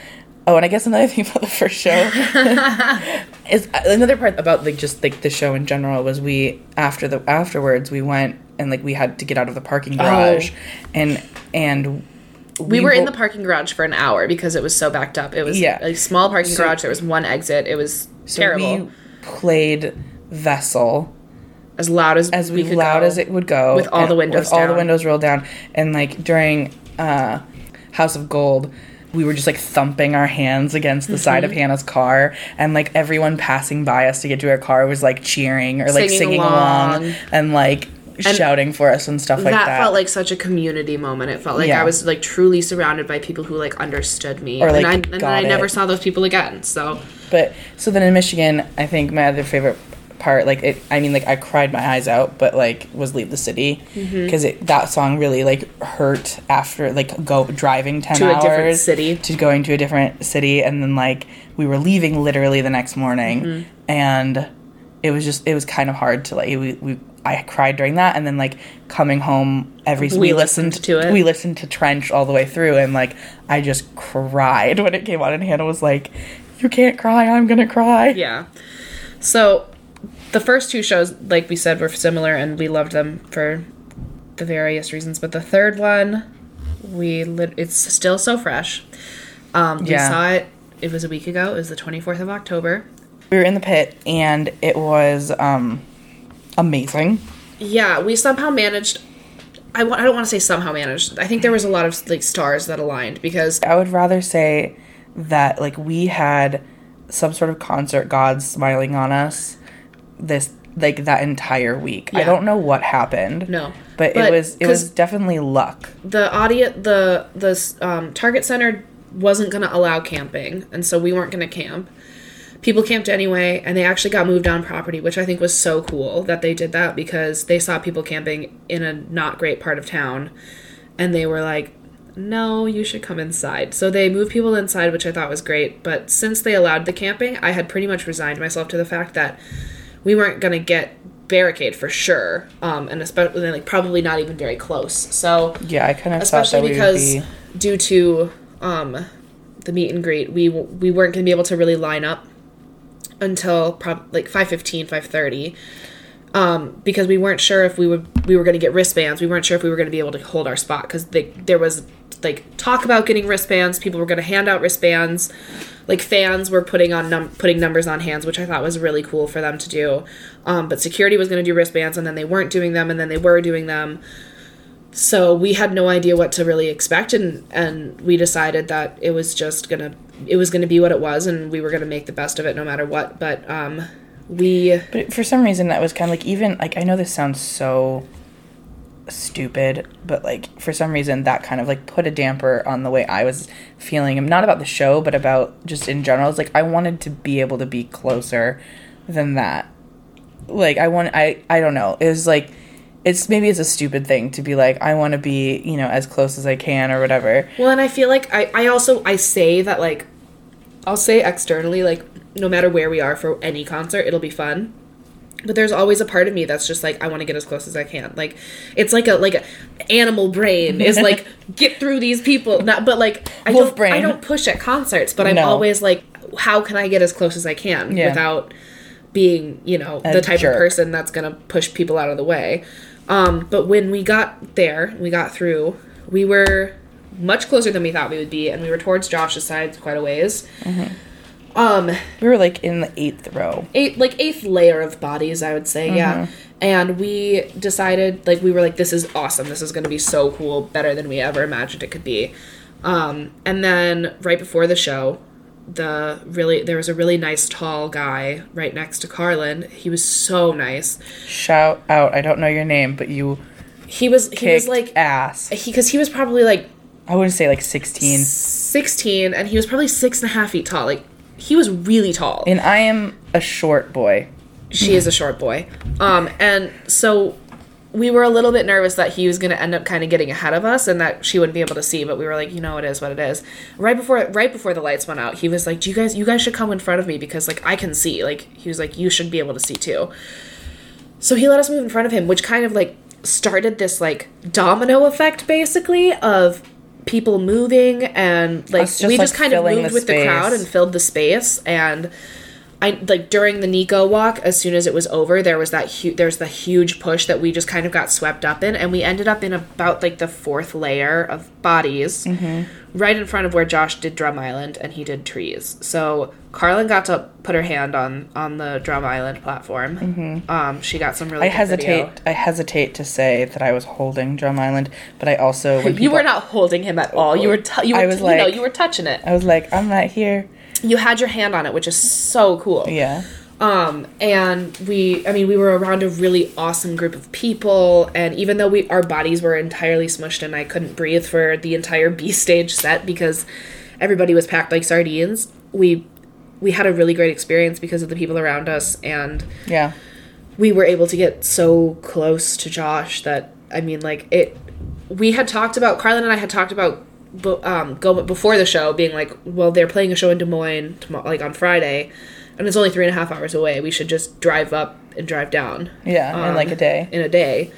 Speaker 2: Oh, and I guess another thing about the first show is uh, another part about like just like the show in general was we after the afterwards we went and like we had to get out of the
Speaker 1: Oh.
Speaker 2: parking garage, and and
Speaker 1: we were in
Speaker 2: wo-
Speaker 1: the parking garage for an hour because it was so backed up. It was
Speaker 2: Yeah.
Speaker 1: a small parking
Speaker 2: So-
Speaker 1: garage. There was one exit. It was
Speaker 2: so
Speaker 1: terrible.
Speaker 2: we played Vessel.
Speaker 1: as loud as
Speaker 2: as we
Speaker 1: could
Speaker 2: loud
Speaker 1: go.
Speaker 2: as it would go
Speaker 1: With all
Speaker 2: and-
Speaker 1: the windows
Speaker 2: with all the
Speaker 1: down.
Speaker 2: windows rolled down and like during uh house of gold we were just like thumping our hands against the side
Speaker 1: Mm-hmm.
Speaker 2: of Hannah's car, and like everyone passing by us to get to her car was like cheering or like
Speaker 1: Singing
Speaker 2: singing, along.
Speaker 1: along.
Speaker 2: and like shouting for us and stuff like that.
Speaker 1: that, felt like such a community moment. It felt like
Speaker 2: Yeah.
Speaker 1: I was like truly surrounded by people who like understood me,
Speaker 2: Or,
Speaker 1: and
Speaker 2: like,
Speaker 1: I and then
Speaker 2: got
Speaker 1: I never
Speaker 2: it.
Speaker 1: saw those people again. So
Speaker 2: but so then in Michigan, I think my other favorite part like it i mean like i cried my eyes out but like was leave the city
Speaker 1: Mm-hmm.
Speaker 2: because it that song really like hurt after like go driving 10
Speaker 1: To a
Speaker 2: hours
Speaker 1: different city.
Speaker 2: to going to a different city and then like we were leaving literally the next morning and it was just it was kind of hard to like we, we i cried during that and then like coming home every we, listened, to it we listened to trench all the way through and like i just cried when it came on and hannah was like you can't cry i'm gonna cry
Speaker 1: Yeah. So the first two shows, like we said, were similar and we loved them for the various reasons. But the third one, we lit- it's still so fresh. Um, we
Speaker 2: Yeah.
Speaker 1: saw it. It was a week ago. It was the twenty fourth of October.
Speaker 2: we were in the pit and it was um amazing
Speaker 1: Yeah, we somehow managed. I w- I don't want to say somehow managed. I think there was a lot of like stars that aligned because
Speaker 2: I would rather say that like we had some sort of concert gods smiling on us this like that entire week. I
Speaker 1: Yeah.
Speaker 2: don't know what happened.
Speaker 1: No.
Speaker 2: But, it
Speaker 1: But-
Speaker 2: was it
Speaker 1: 'cause-
Speaker 2: was definitely luck.
Speaker 1: the audience the the um, target center wasn't going to allow camping and so we weren't going to camp people camped anyway and they actually got moved on property which i think was so cool that they did that because they saw people camping in a not great part of town and they were like no you should come inside so they moved people inside which i thought was great but since they allowed the camping i had pretty much resigned myself to the fact that we weren't going to get barricade for sure um, and especially like probably not even very close so
Speaker 2: Yeah, I kind of thought that
Speaker 1: especially
Speaker 2: we
Speaker 1: because
Speaker 2: would be
Speaker 1: due to um, the meet and greet we w- we weren't going to be able to really line up until prob- like 5.15 5.30 um, because we weren't sure if we would we were going to get wristbands we weren't sure if we were going to be able to hold our spot because there was like talk about getting wristbands people were going to hand out wristbands like fans were putting on num- putting numbers on hands which i thought was really cool for them to do um, but security was going to do wristbands and then they weren't doing them and then they were doing them so we had no idea what to really expect and and we decided that it was just gonna it was gonna be what it was and we were gonna make the best of it no matter what but um we
Speaker 2: But for some reason, that was kind of like even like I know this sounds so stupid, but like for some reason that kind of like put a damper on the way I was feeling. Not about the show, but about just in general. It's like I wanted to be able to be closer than that. Like I want I I don't know. It was like it's maybe it's a stupid thing to be like I want to be you know as close as I can or whatever.
Speaker 1: well and i feel like i i also i say that like i'll say externally like no matter where we are for any concert it'll be fun but there's always a part of me that's just like i want to get as close as i can like it's like a like a animal brain is like get through these people not but like i
Speaker 2: Wolf
Speaker 1: don't i
Speaker 2: brain.
Speaker 1: don't push at concerts but i'm
Speaker 2: No.
Speaker 1: always like how can i get as close as i can
Speaker 2: Yeah.
Speaker 1: without being you know the type
Speaker 2: jerk.
Speaker 1: of person that's going to push people out of the way um but when we got there we got through we were much closer than we thought we would be and we were towards josh's side quite a ways um
Speaker 2: We were like in the eighth row.
Speaker 1: eight like eighth layer of bodies i would say yeah and we decided like we were like this is awesome this is going to be so cool better than we ever imagined it could be um, and then right before the show the really there was a really nice tall guy right next to carlin he was so nice
Speaker 2: Shout out! I don't know your name, but you
Speaker 1: he was he was
Speaker 2: kicked
Speaker 1: like
Speaker 2: ass.
Speaker 1: he because he was probably like
Speaker 2: I wouldn't say like sixteen.
Speaker 1: 16 and he was probably six and a half feet tall like he was really tall
Speaker 2: And I am a short boy.
Speaker 1: she is a short boy. Um, and so we were a little bit nervous that he was going to end up kind of getting ahead of us and that she wouldn't be able to see. But we were like, you know, it is what it is. Right before right before the lights went out, he was like, "Do you guys you guys should come in front of me because like I can see." Like he was like, "You should be able to see too." So he let us move in front of him, which kind of like started this like domino effect basically of people moving and like
Speaker 2: Us just,
Speaker 1: we
Speaker 2: like,
Speaker 1: just kind of
Speaker 2: filling
Speaker 1: moved
Speaker 2: the
Speaker 1: with the crowd
Speaker 2: space.
Speaker 1: and filled the space and I like during the Nico walk. As soon as it was over, there was that hu- there's the huge push that we just kind of got swept up in, and we ended up in about like the fourth layer of bodies,
Speaker 2: Mm-hmm.
Speaker 1: right in front of where Josh did Drum Island and he did Trees. So Carlin got to put her hand on on the Drum Island platform. Um, she got some really.
Speaker 2: Mm-hmm. I
Speaker 1: good
Speaker 2: hesitate.
Speaker 1: video.
Speaker 2: I hesitate to say that I was holding Drum Island, but I also when
Speaker 1: You
Speaker 2: people,
Speaker 1: were not holding him at all. You were t- you were
Speaker 2: I was
Speaker 1: you know
Speaker 2: like-
Speaker 1: you were touching it.
Speaker 2: I was like, I'm not here.
Speaker 1: You had your hand on it, which is so cool.
Speaker 2: Yeah,
Speaker 1: um and we i mean we were around a really awesome group of people and even though we our bodies were entirely smushed and i couldn't breathe for the entire b stage set because everybody was packed like sardines we we had a really great experience because of the people around us and
Speaker 2: yeah.
Speaker 1: we were able to get so close to Josh that I mean, like it. We had talked about Carlin and I had talked about bo- um, go before the show being like, well, they're playing a show in Des Moines tomorrow, like on Friday, and it's only three and a half hours away. We should just drive up and drive down.
Speaker 2: Yeah, in like a day.
Speaker 1: Um, In a day.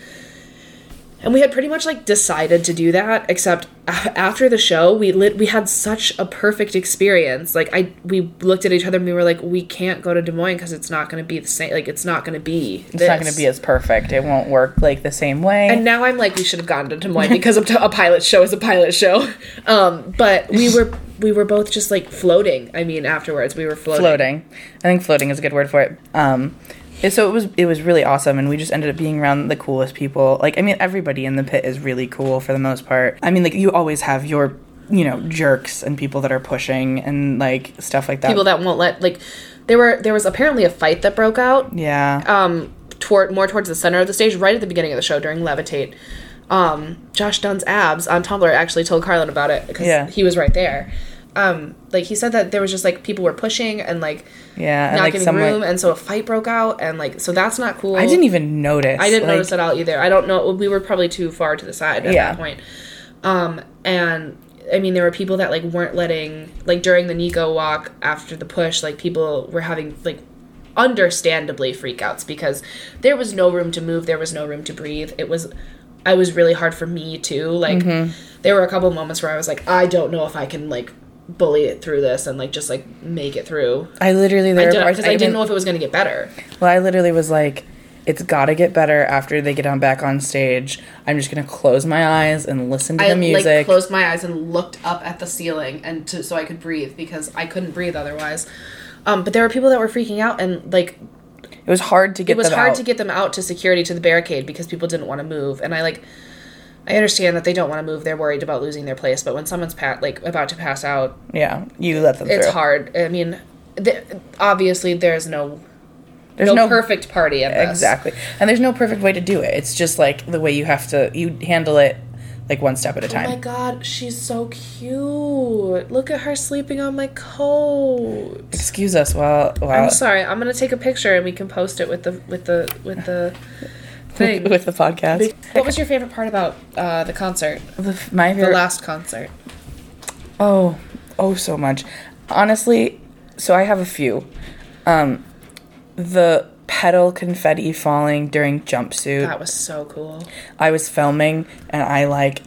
Speaker 1: And we had pretty much like decided to do that, except a- after the show, we lit. We had such a perfect experience. Like I, we looked at each other and we were like, we can't go to Des Moines because it's not going to be the same. Like it's not going to be.
Speaker 2: It's not going to be as perfect. It won't work like the same way.
Speaker 1: And now I'm like, we should have gone to Des Moines because a, a pilot show is a pilot show. Um, but we were we were both just like floating. I mean, afterwards we were floating.
Speaker 2: floating. I think floating is a good word for it. Um, it- so it was it was really awesome, and we just ended up being around the coolest people. Like I mean, everybody in the pit is really cool for the most part. I mean, like you always have your you know jerks and people that are pushing and like stuff like that.
Speaker 1: People that won't let like there were there was apparently a fight that broke out
Speaker 2: yeah,
Speaker 1: um toward more towards the center of the stage right at the beginning of the show during Levitate. Um, Josh Dunn's abs on Tumblr actually told Carlin about it because
Speaker 2: Yeah.
Speaker 1: he was right there. Um, like he said that there was just like people were pushing and like
Speaker 2: yeah, and
Speaker 1: not
Speaker 2: like
Speaker 1: giving
Speaker 2: someone.
Speaker 1: room, and so a fight broke out, and like so that's not cool.
Speaker 2: I didn't even notice.
Speaker 1: I didn't
Speaker 2: like,
Speaker 1: notice at all either. I don't know. We were probably too far to the side at
Speaker 2: Yeah.
Speaker 1: that point. Um, and I mean, there were people that like weren't letting like during the Nico walk after the push, like people were having like understandably freakouts because there was no room to move, there was no room to breathe. It was. I was really hard for me too. Like
Speaker 2: Mm-hmm.
Speaker 1: there were a couple moments where I was like, I don't know if I can like bully it through this and like just like make it through.
Speaker 2: I literally there
Speaker 1: I
Speaker 2: were
Speaker 1: didn't,
Speaker 2: parts
Speaker 1: because I
Speaker 2: even-
Speaker 1: didn't know if it was going to get better.
Speaker 2: Well, I literally was like, it's got to get better after they get on back on stage. I'm just gonna close my eyes and listen to
Speaker 1: I
Speaker 2: the music.
Speaker 1: like closed my eyes and looked up at the ceiling and to, so I could breathe because I couldn't breathe otherwise. Um, but there were people that were freaking out and like
Speaker 2: it was hard to get.
Speaker 1: it was
Speaker 2: them
Speaker 1: hard
Speaker 2: out.
Speaker 1: to get them out to security to the barricade because people didn't want to move and I like I understand that they don't want to move. They're worried about losing their place, but when someone's pat like about to pass out,
Speaker 2: Yeah, you let them.
Speaker 1: it's
Speaker 2: through.
Speaker 1: hard. I mean, th- obviously there's no
Speaker 2: There's
Speaker 1: no,
Speaker 2: no
Speaker 1: perfect party at this.
Speaker 2: Exactly. And there's no perfect way to do it. It's just like the way you have to you handle it like one step at a
Speaker 1: Oh my
Speaker 2: time.
Speaker 1: god, she's so cute. Look at her sleeping on my coat.
Speaker 2: Excuse us while while
Speaker 1: I'm sorry. I'm gonna take a picture and we can post it with the with the with the thing.
Speaker 2: with the podcast.
Speaker 1: what was your favorite part about uh, the concert?
Speaker 2: The f- my
Speaker 1: The
Speaker 2: favorite
Speaker 1: last concert.
Speaker 2: Oh, oh, so much. Honestly, so I have a few. Um, the petal confetti falling during jumpsuit.
Speaker 1: That was so cool.
Speaker 2: I was filming and I like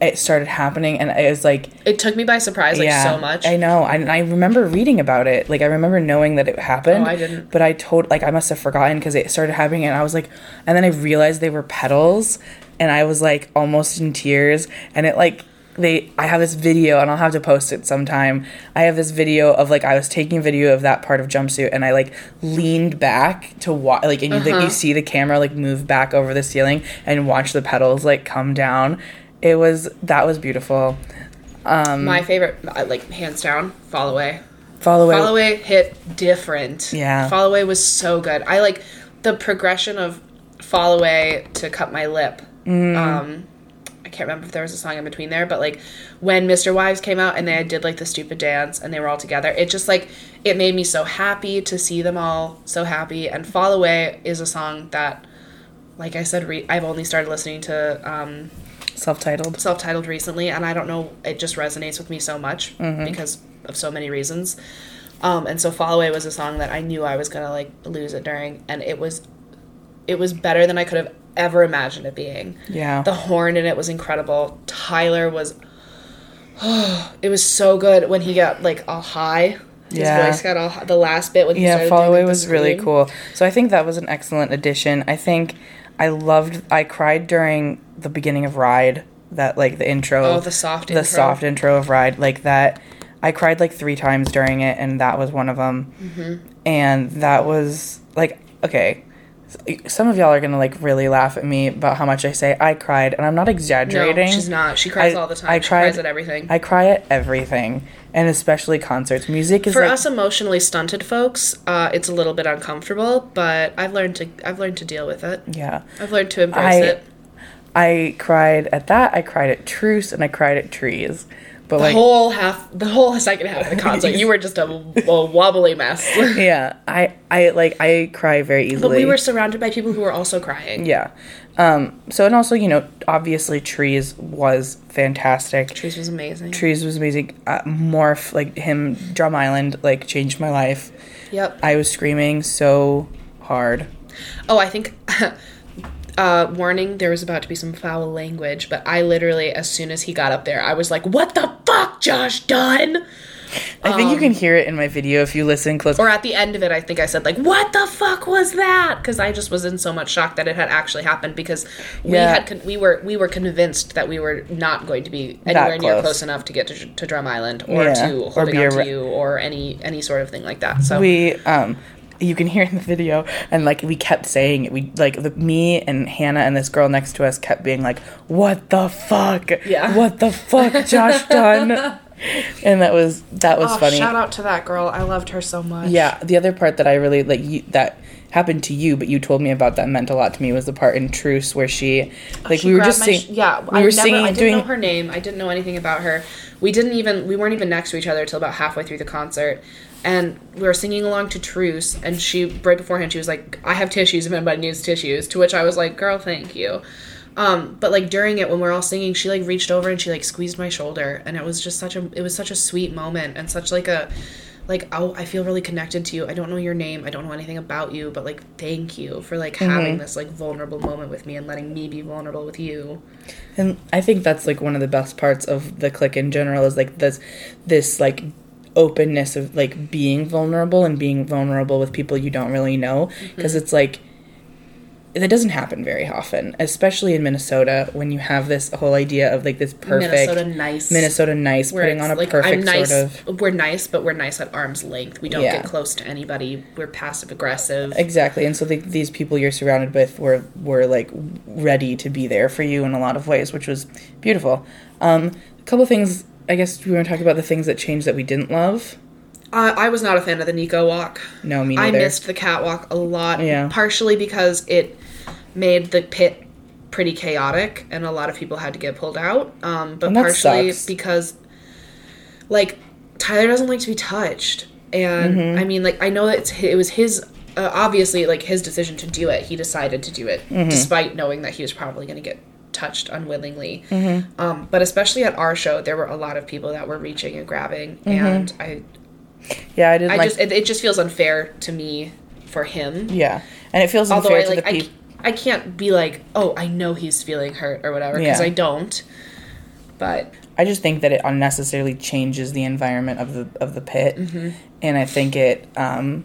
Speaker 2: it started happening and it was like
Speaker 1: It took me by surprise like so much.
Speaker 2: I know. I, I remember reading about it. Like I remember knowing that it happened.
Speaker 1: Oh, I didn't.
Speaker 2: But I told like I must have forgotten because it started happening, and I was like, and then I realized they were petals, and I was like almost in tears, and it like. They, I have this video, and I'll have to post it sometime. I have this video of like I was taking a video of that part of jumpsuit, and I like leaned back to watch, like, and you,
Speaker 1: Uh-huh.
Speaker 2: like you see the camera like move back over the ceiling and watch the petals like come down. It was that was beautiful.
Speaker 1: My favorite, uh, like hands down, Fall Away.
Speaker 2: Follow
Speaker 1: Fall
Speaker 2: it.
Speaker 1: Away hit different.
Speaker 2: Yeah.
Speaker 1: Fall Away was so good. I like the progression of Fall Away to Cut My Lip.
Speaker 2: Mm.
Speaker 1: Um, I can't remember if there was a song in between there, but like when Mr. Wives came out and they did like the stupid dance and they were all together, it just like it made me so happy to see them all so happy. And Fall Away is a song that, like I said, re- I've only started listening to um,
Speaker 2: Self-titled.
Speaker 1: self-titled recently and i don't know it just resonates with me so much
Speaker 2: Mm-hmm.
Speaker 1: because of so many reasons um, and so fall away was a song that i knew i was gonna like lose it during and it was it was better than i could have ever imagined it being
Speaker 2: Yeah.
Speaker 1: the horn in it was incredible tyler was it was so good when he got like all high his
Speaker 2: Yeah.
Speaker 1: voice got all hi- the last bit when he
Speaker 2: yeah,
Speaker 1: started
Speaker 2: Fall
Speaker 1: doing,
Speaker 2: Away
Speaker 1: like, the
Speaker 2: was really
Speaker 1: scream.
Speaker 2: cool. So I think that was an excellent addition. I think I loved. I cried during the beginning of Ride. That like the intro.
Speaker 1: Oh, the soft
Speaker 2: The
Speaker 1: intro.
Speaker 2: soft intro of Ride, like that. I cried like three times during it, and that was one of them.
Speaker 1: Mm-hmm.
Speaker 2: And that was like okay. Some of y'all are gonna like really laugh at me about how much I say I cried, and I'm not
Speaker 1: no,
Speaker 2: exaggerating.
Speaker 1: she's not she cries
Speaker 2: I-
Speaker 1: all the time
Speaker 2: I
Speaker 1: she
Speaker 2: cried-
Speaker 1: cries at everything
Speaker 2: I cry at everything, and especially concerts. Music is
Speaker 1: for
Speaker 2: like,
Speaker 1: us emotionally stunted folks uh, it's a little bit uncomfortable but i've learned to i've learned to deal with it
Speaker 2: yeah.
Speaker 1: i've learned to embrace
Speaker 2: I-
Speaker 1: it
Speaker 2: I cried at that. I cried at Truce and I cried at Trees. but
Speaker 1: The
Speaker 2: like
Speaker 1: whole half, the whole second half of the concert, you were just a, a wobbly mess.
Speaker 2: yeah, I I like I cry very easily.
Speaker 1: but we were surrounded by people who were also crying.
Speaker 2: yeah. Um so and also, you know, obviously Trees was fantastic.
Speaker 1: Trees was amazing.
Speaker 2: Trees was amazing. Uh, Morph like him Drum Island like changed my life.
Speaker 1: Yep.
Speaker 2: I was screaming so hard.
Speaker 1: Oh, I think. Uh, warning, there was about to be some foul language, but I literally, as soon as he got up there, I was like, What the fuck, Josh Dunn?
Speaker 2: I
Speaker 1: Um,
Speaker 2: think you can hear it in my video if you listen close.
Speaker 1: Or at the end of it, I think I said, like, What the fuck was that? Because I just was in so much shock that it had actually happened because we
Speaker 2: Yeah.
Speaker 1: had con- we were we were convinced that we were not going to be anywhere near
Speaker 2: close.
Speaker 1: close enough to get to, to Drum Island or
Speaker 2: Yeah,
Speaker 1: to
Speaker 2: or
Speaker 1: holding
Speaker 2: be
Speaker 1: on to
Speaker 2: arre-
Speaker 1: you or any any sort of thing like that. So
Speaker 2: we um you can hear in the video and like we kept saying it we like the, me and hannah and this girl next to us kept being like what the fuck
Speaker 1: Yeah.
Speaker 2: what the fuck josh dunn and that was that was funny
Speaker 1: Oh, out to that girl. I loved her so much.
Speaker 2: yeah the other part that i really like you, that happened to you but you told me about that meant a lot to me was the part in truce where she like
Speaker 1: Oh, She
Speaker 2: we were
Speaker 1: grabbed
Speaker 2: just
Speaker 1: my
Speaker 2: singing
Speaker 1: sh- yeah,
Speaker 2: we
Speaker 1: I never,
Speaker 2: were
Speaker 1: I
Speaker 2: singing
Speaker 1: didn't
Speaker 2: doing
Speaker 1: know her name. I didn't know anything about her. We didn't even we weren't even next to each other till about halfway through the concert, and we were singing along to Truce. And she right beforehand she was like, "I have tissues if anybody needs tissues." To which I was like, "Girl, thank you." Um, but like during it when we we're all singing, she like reached over and she like squeezed my shoulder, and it was just such a it was such a sweet moment and such like a like oh i feel really connected to you i don't know your name i don't know anything about you but like thank you for like
Speaker 2: Mm-hmm.
Speaker 1: having this like vulnerable moment with me and letting me be vulnerable with you
Speaker 2: And I think that's like one of the best parts of the click in general is like this this like openness of like being vulnerable and being vulnerable with people you don't really know
Speaker 1: Mm-hmm.
Speaker 2: because it's like that doesn't happen very often, especially in Minnesota when you have this whole idea of like this perfect
Speaker 1: Minnesota
Speaker 2: Minnesota,
Speaker 1: nice.
Speaker 2: nice
Speaker 1: where
Speaker 2: putting
Speaker 1: it's
Speaker 2: on a
Speaker 1: like,
Speaker 2: perfect
Speaker 1: I'm nice,
Speaker 2: sort of
Speaker 1: We're nice, but we're nice at arm's length. We don't
Speaker 2: Yeah.
Speaker 1: get close to anybody. We're passive aggressive.
Speaker 2: exactly and so the, these people you're surrounded with were were like ready to be there for you in a lot of ways which was beautiful um a couple things i guess we want to talk about the things that changed that we didn't love
Speaker 1: Uh, I was not a fan of the Nico walk.
Speaker 2: no me
Speaker 1: I
Speaker 2: neither
Speaker 1: missed the catwalk a lot.
Speaker 2: Yeah.
Speaker 1: Partially because it made the pit pretty chaotic and a lot of people had to get pulled out. Um, but
Speaker 2: And that
Speaker 1: partially
Speaker 2: sucks.
Speaker 1: because, like, Tyler doesn't like to be touched. And
Speaker 2: Mm-hmm.
Speaker 1: I mean, like, I know that it's, hi- it was his, uh, obviously, like, his decision to do it. He decided to do it
Speaker 2: Mm-hmm.
Speaker 1: despite knowing that he was probably going to get touched unwillingly.
Speaker 2: Mm-hmm.
Speaker 1: Um, but especially at our show, there were a lot of people that were reaching and grabbing.
Speaker 2: Mm-hmm.
Speaker 1: And I,
Speaker 2: yeah i didn't
Speaker 1: I
Speaker 2: like
Speaker 1: just it, it just feels unfair to me for him.
Speaker 2: yeah and it feels
Speaker 1: Although I
Speaker 2: unfair to
Speaker 1: like
Speaker 2: the
Speaker 1: I,
Speaker 2: people
Speaker 1: c- I can't be like, oh, I know he's feeling hurt or whatever because
Speaker 2: Yeah.
Speaker 1: I don't. But
Speaker 2: I just think that it unnecessarily changes the environment of the of the pit,
Speaker 1: Mm-hmm.
Speaker 2: and I think it, um,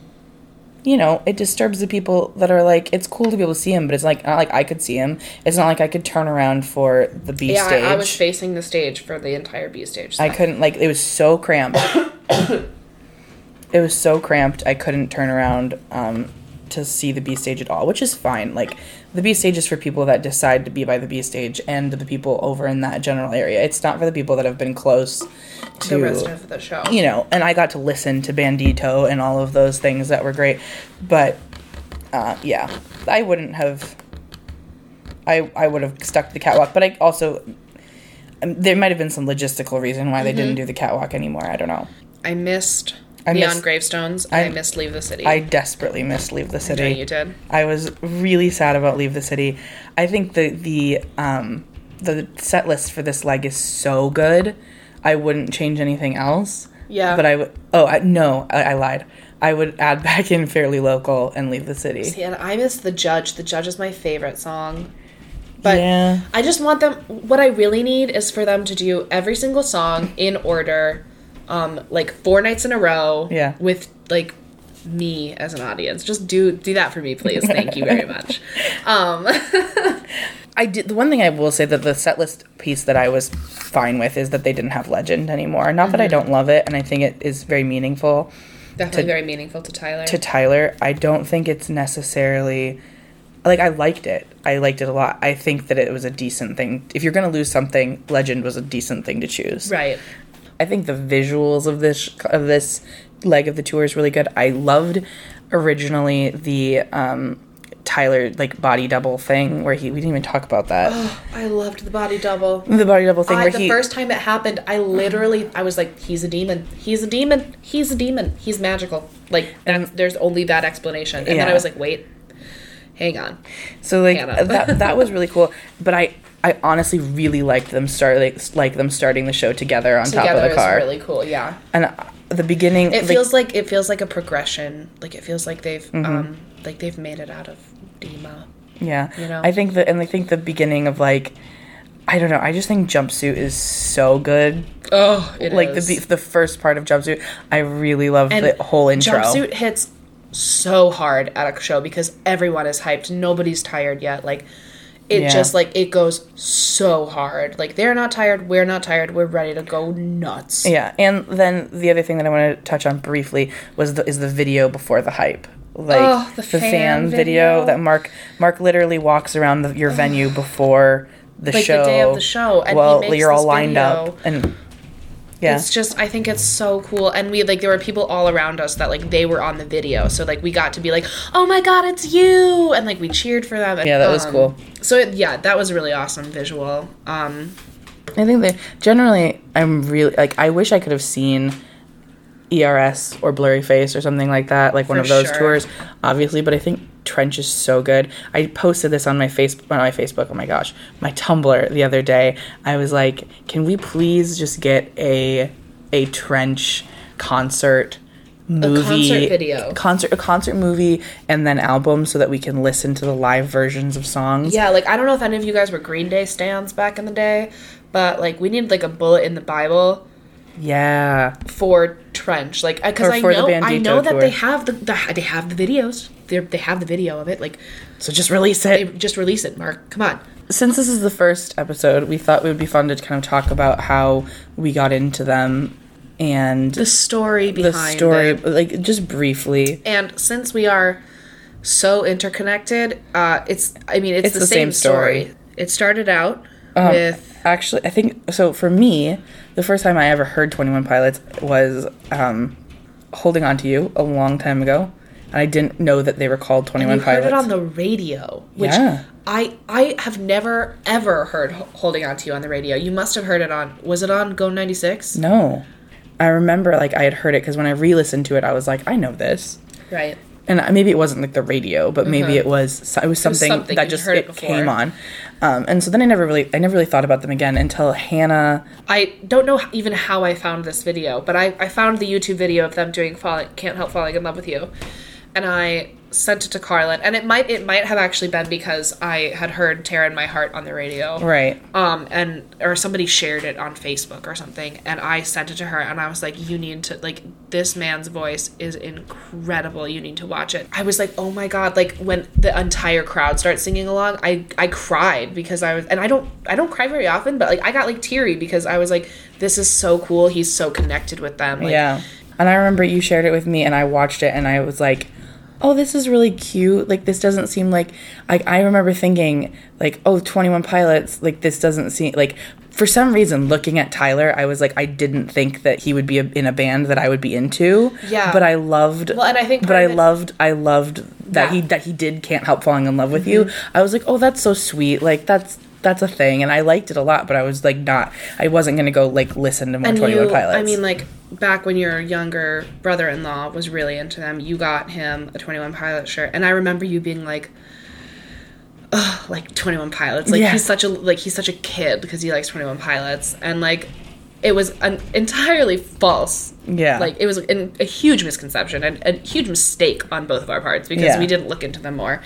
Speaker 2: you know, it disturbs the people that are like, it's cool to be able to see him, but it's like not like I could see him. It's not like I could turn around for the B
Speaker 1: yeah,
Speaker 2: stage.
Speaker 1: I, I was facing the stage for the entire B stage.
Speaker 2: I couldn't like it was so cramped. it was so cramped. I couldn't turn around um, to see the B stage at all, which is fine. Like the B stage is for people that decide to be by the B stage and the people over in that general area. It's not for the people that have been close to
Speaker 1: the rest of the show.
Speaker 2: you know, and I got to listen to Bandito and all of those things that were great. But uh, yeah, I wouldn't have. I I would have stuck to the catwalk, but I also um, there might have been some logistical reason why they didn't do the catwalk anymore. I don't know.
Speaker 1: I missed
Speaker 2: I
Speaker 1: Beyond
Speaker 2: missed-
Speaker 1: Gravestones. and I,
Speaker 2: I-
Speaker 1: missed Leave the City.
Speaker 2: I desperately missed Leave the City.
Speaker 1: Yeah, you did.
Speaker 2: I was really sad about Leave the City. I think the the um, the set list for this leg is so good. I wouldn't change anything else.
Speaker 1: Yeah.
Speaker 2: But I would. Oh I, no, I, I lied. I would add back in Fairly Local and Leave the City.
Speaker 1: See, and I miss The Judge. The Judge is my favorite song. But
Speaker 2: Yeah.
Speaker 1: I just want them what I really need is for them to do every single song in order um like four nights in a row
Speaker 2: Yeah.
Speaker 1: with like me as an audience. Just do do that for me please. Thank you very much. Um
Speaker 2: I did the one thing I will say that the set list piece that I was fine with is that they didn't have Legend anymore. Not
Speaker 1: Mm-hmm.
Speaker 2: that I don't love it, and I think it is very meaningful.
Speaker 1: definitely very meaningful to Tyler.
Speaker 2: to Tyler, I don't think it's necessarily like I liked it. I liked it a lot. I think that it was a decent thing. If you're going to lose something, Legend was a decent thing to choose.
Speaker 1: right.
Speaker 2: I think the visuals of this of this leg of the tour is really good. I loved originally the um, Ty- Tyler like body double thing where he we didn't even talk about that.
Speaker 1: Oh, I loved the body double.
Speaker 2: the body double thing
Speaker 1: Oh. I,
Speaker 2: where
Speaker 1: the
Speaker 2: he
Speaker 1: first time it happened, I literally I was like, "He's a demon. He's a demon. He's a demon. He's magical." Like that's, there's only that explanation, and then
Speaker 2: Yeah.
Speaker 1: I was like, "Wait, hang on."
Speaker 2: So like
Speaker 1: Hannah.
Speaker 2: that that was really cool. But I I honestly really liked them start like, like them starting the show together on top
Speaker 1: Together
Speaker 2: of the
Speaker 1: is
Speaker 2: car.
Speaker 1: really cool. Yeah,
Speaker 2: and uh, the beginning
Speaker 1: it
Speaker 2: like, Mm-hmm.
Speaker 1: feels like it feels like a progression. Like it feels like they've um like they've made it out of Dima.
Speaker 2: yeah.
Speaker 1: you know?
Speaker 2: I think the and I think the beginning of like I don't know. I just think jumpsuit is so good.
Speaker 1: Oh, it
Speaker 2: like the be- the first part of jumpsuit, I really love the whole intro.
Speaker 1: Jumpsuit hits so hard at a show because everyone is hyped. Nobody's tired yet. Like it
Speaker 2: Yeah.
Speaker 1: just like it goes so hard. Like they're not tired. We're not tired. We're ready to go nuts.
Speaker 2: Yeah, and then the other thing that I want to touch on briefly was the is the video before the hype, like
Speaker 1: Oh, the fan video.
Speaker 2: that Mark Mark literally walks around the, your venue before the
Speaker 1: Like
Speaker 2: show.
Speaker 1: the day of the show, and he
Speaker 2: well,
Speaker 1: makes
Speaker 2: you're all
Speaker 1: this
Speaker 2: lined up,
Speaker 1: video.
Speaker 2: and yeah,
Speaker 1: It's just I think it's so cool and we like there were people all around us that like they were on the video. So like we got to be like, "Oh my god, it's you." And like we cheered for them. And,
Speaker 2: Yeah, that was
Speaker 1: um,
Speaker 2: cool.
Speaker 1: So it, yeah, that was a really awesome visual. Um
Speaker 2: I think that generally I'm really like I wish I could have seen ERS or Blurry Face or something like that, like one
Speaker 1: For
Speaker 2: of those
Speaker 1: sure.
Speaker 2: tours, obviously. But I think Trench is so good. I posted this on my Facebook, on my Facebook. Oh my gosh, my Tumblr the other day. I was like, can we please just get a a Trench concert? movie
Speaker 1: video.
Speaker 2: concert a concert movie and then album so that we can listen to the live versions of songs
Speaker 1: Yeah, like I don't know if any of you guys were Green Day stands back in the day, but like we needed like a bullet in the Bible
Speaker 2: yeah
Speaker 1: for Trench, like because
Speaker 2: Or
Speaker 1: I
Speaker 2: for the
Speaker 1: know I
Speaker 2: Bandito
Speaker 1: know that
Speaker 2: tour.
Speaker 1: they have the, the they have the videos, they they have the video of it. Like
Speaker 2: so just release it
Speaker 1: they just release it, Mark. Come on.
Speaker 2: since this is the first episode, we thought it would be fun to kind of talk about how we got into them and
Speaker 1: The story
Speaker 2: the
Speaker 1: behind
Speaker 2: story,
Speaker 1: it.
Speaker 2: like just briefly.
Speaker 1: and since we are so interconnected, uh, it's I mean it's, the, same, story. It started out
Speaker 2: Uh-huh.
Speaker 1: with
Speaker 2: Actually, I think so. For me, the first time I ever heard Twenty One Pilots was um, "Holding On to You" a long time ago, and I didn't know that they were called Twenty One
Speaker 1: You heard
Speaker 2: Pilots.
Speaker 1: it on the radio, which
Speaker 2: Yeah.
Speaker 1: I I have never ever heard H- holding on to you on the radio. You must have heard it on was it on Go 96?
Speaker 2: no, I remember like I had heard it because when I re-listened to it, I was like, I know this.
Speaker 1: Right.
Speaker 2: and I- maybe it wasn't like the radio, but maybe it was so- it was something,
Speaker 1: Mm-hmm. something,
Speaker 2: that
Speaker 1: you'd
Speaker 2: just
Speaker 1: heard it
Speaker 2: it
Speaker 1: before.
Speaker 2: came on. Um, and so then I never really I never really thought about them again until Hannah.
Speaker 1: I don't know h- even how I found this video, but I, I found the YouTube video of them doing falling, can't help falling in love with you, and I sent it to Carlin, and it might it might have actually been because I had heard "Tear in My Heart" on the radio,
Speaker 2: Right.
Speaker 1: um and or somebody shared it on facebook or something and i sent it to her and i was like you need to like this man's voice is incredible you need to watch it i was like oh my god like when the entire crowd starts singing along i i cried because i was and i don't i don't cry very often but like i got like teary because i was like this is so cool he's so connected with them like,
Speaker 2: yeah. And I remember you shared it with me, and I watched it, and I was like, "Oh, this is really cute. Like this doesn't seem like." I I remember thinking like, "Oh, Twenty One Pilots. Like this doesn't seem like." For some reason, looking at Tyler, I was like, I didn't think that he would be a, in a band that I would be into.
Speaker 1: Yeah.
Speaker 2: But I loved.
Speaker 1: Well, and I think
Speaker 2: But
Speaker 1: part
Speaker 2: I
Speaker 1: of it-
Speaker 2: loved. I loved that
Speaker 1: That.
Speaker 2: he that he did can't help falling in love with you.
Speaker 1: Mm-hmm.
Speaker 2: I was like, oh, that's so sweet. Like that's that's a thing, and I liked it a lot. But I was like, not. I wasn't gonna go like listen to more
Speaker 1: and
Speaker 2: Twenty One
Speaker 1: you-
Speaker 2: Pilots.
Speaker 1: I mean, like back when your younger brother-in-law was really into them, you got him a Twenty One Pilot shirt, and I remember you being like, "Ugh, like Twenty One Pilots, like
Speaker 2: Yeah.
Speaker 1: he's such a like he's such a kid because he likes Twenty One Pilots," and like it was an entirely false.
Speaker 2: Yeah.
Speaker 1: like it was an, a huge misconception and a huge mistake on both of our parts because
Speaker 2: Yeah.
Speaker 1: we didn't look into them more.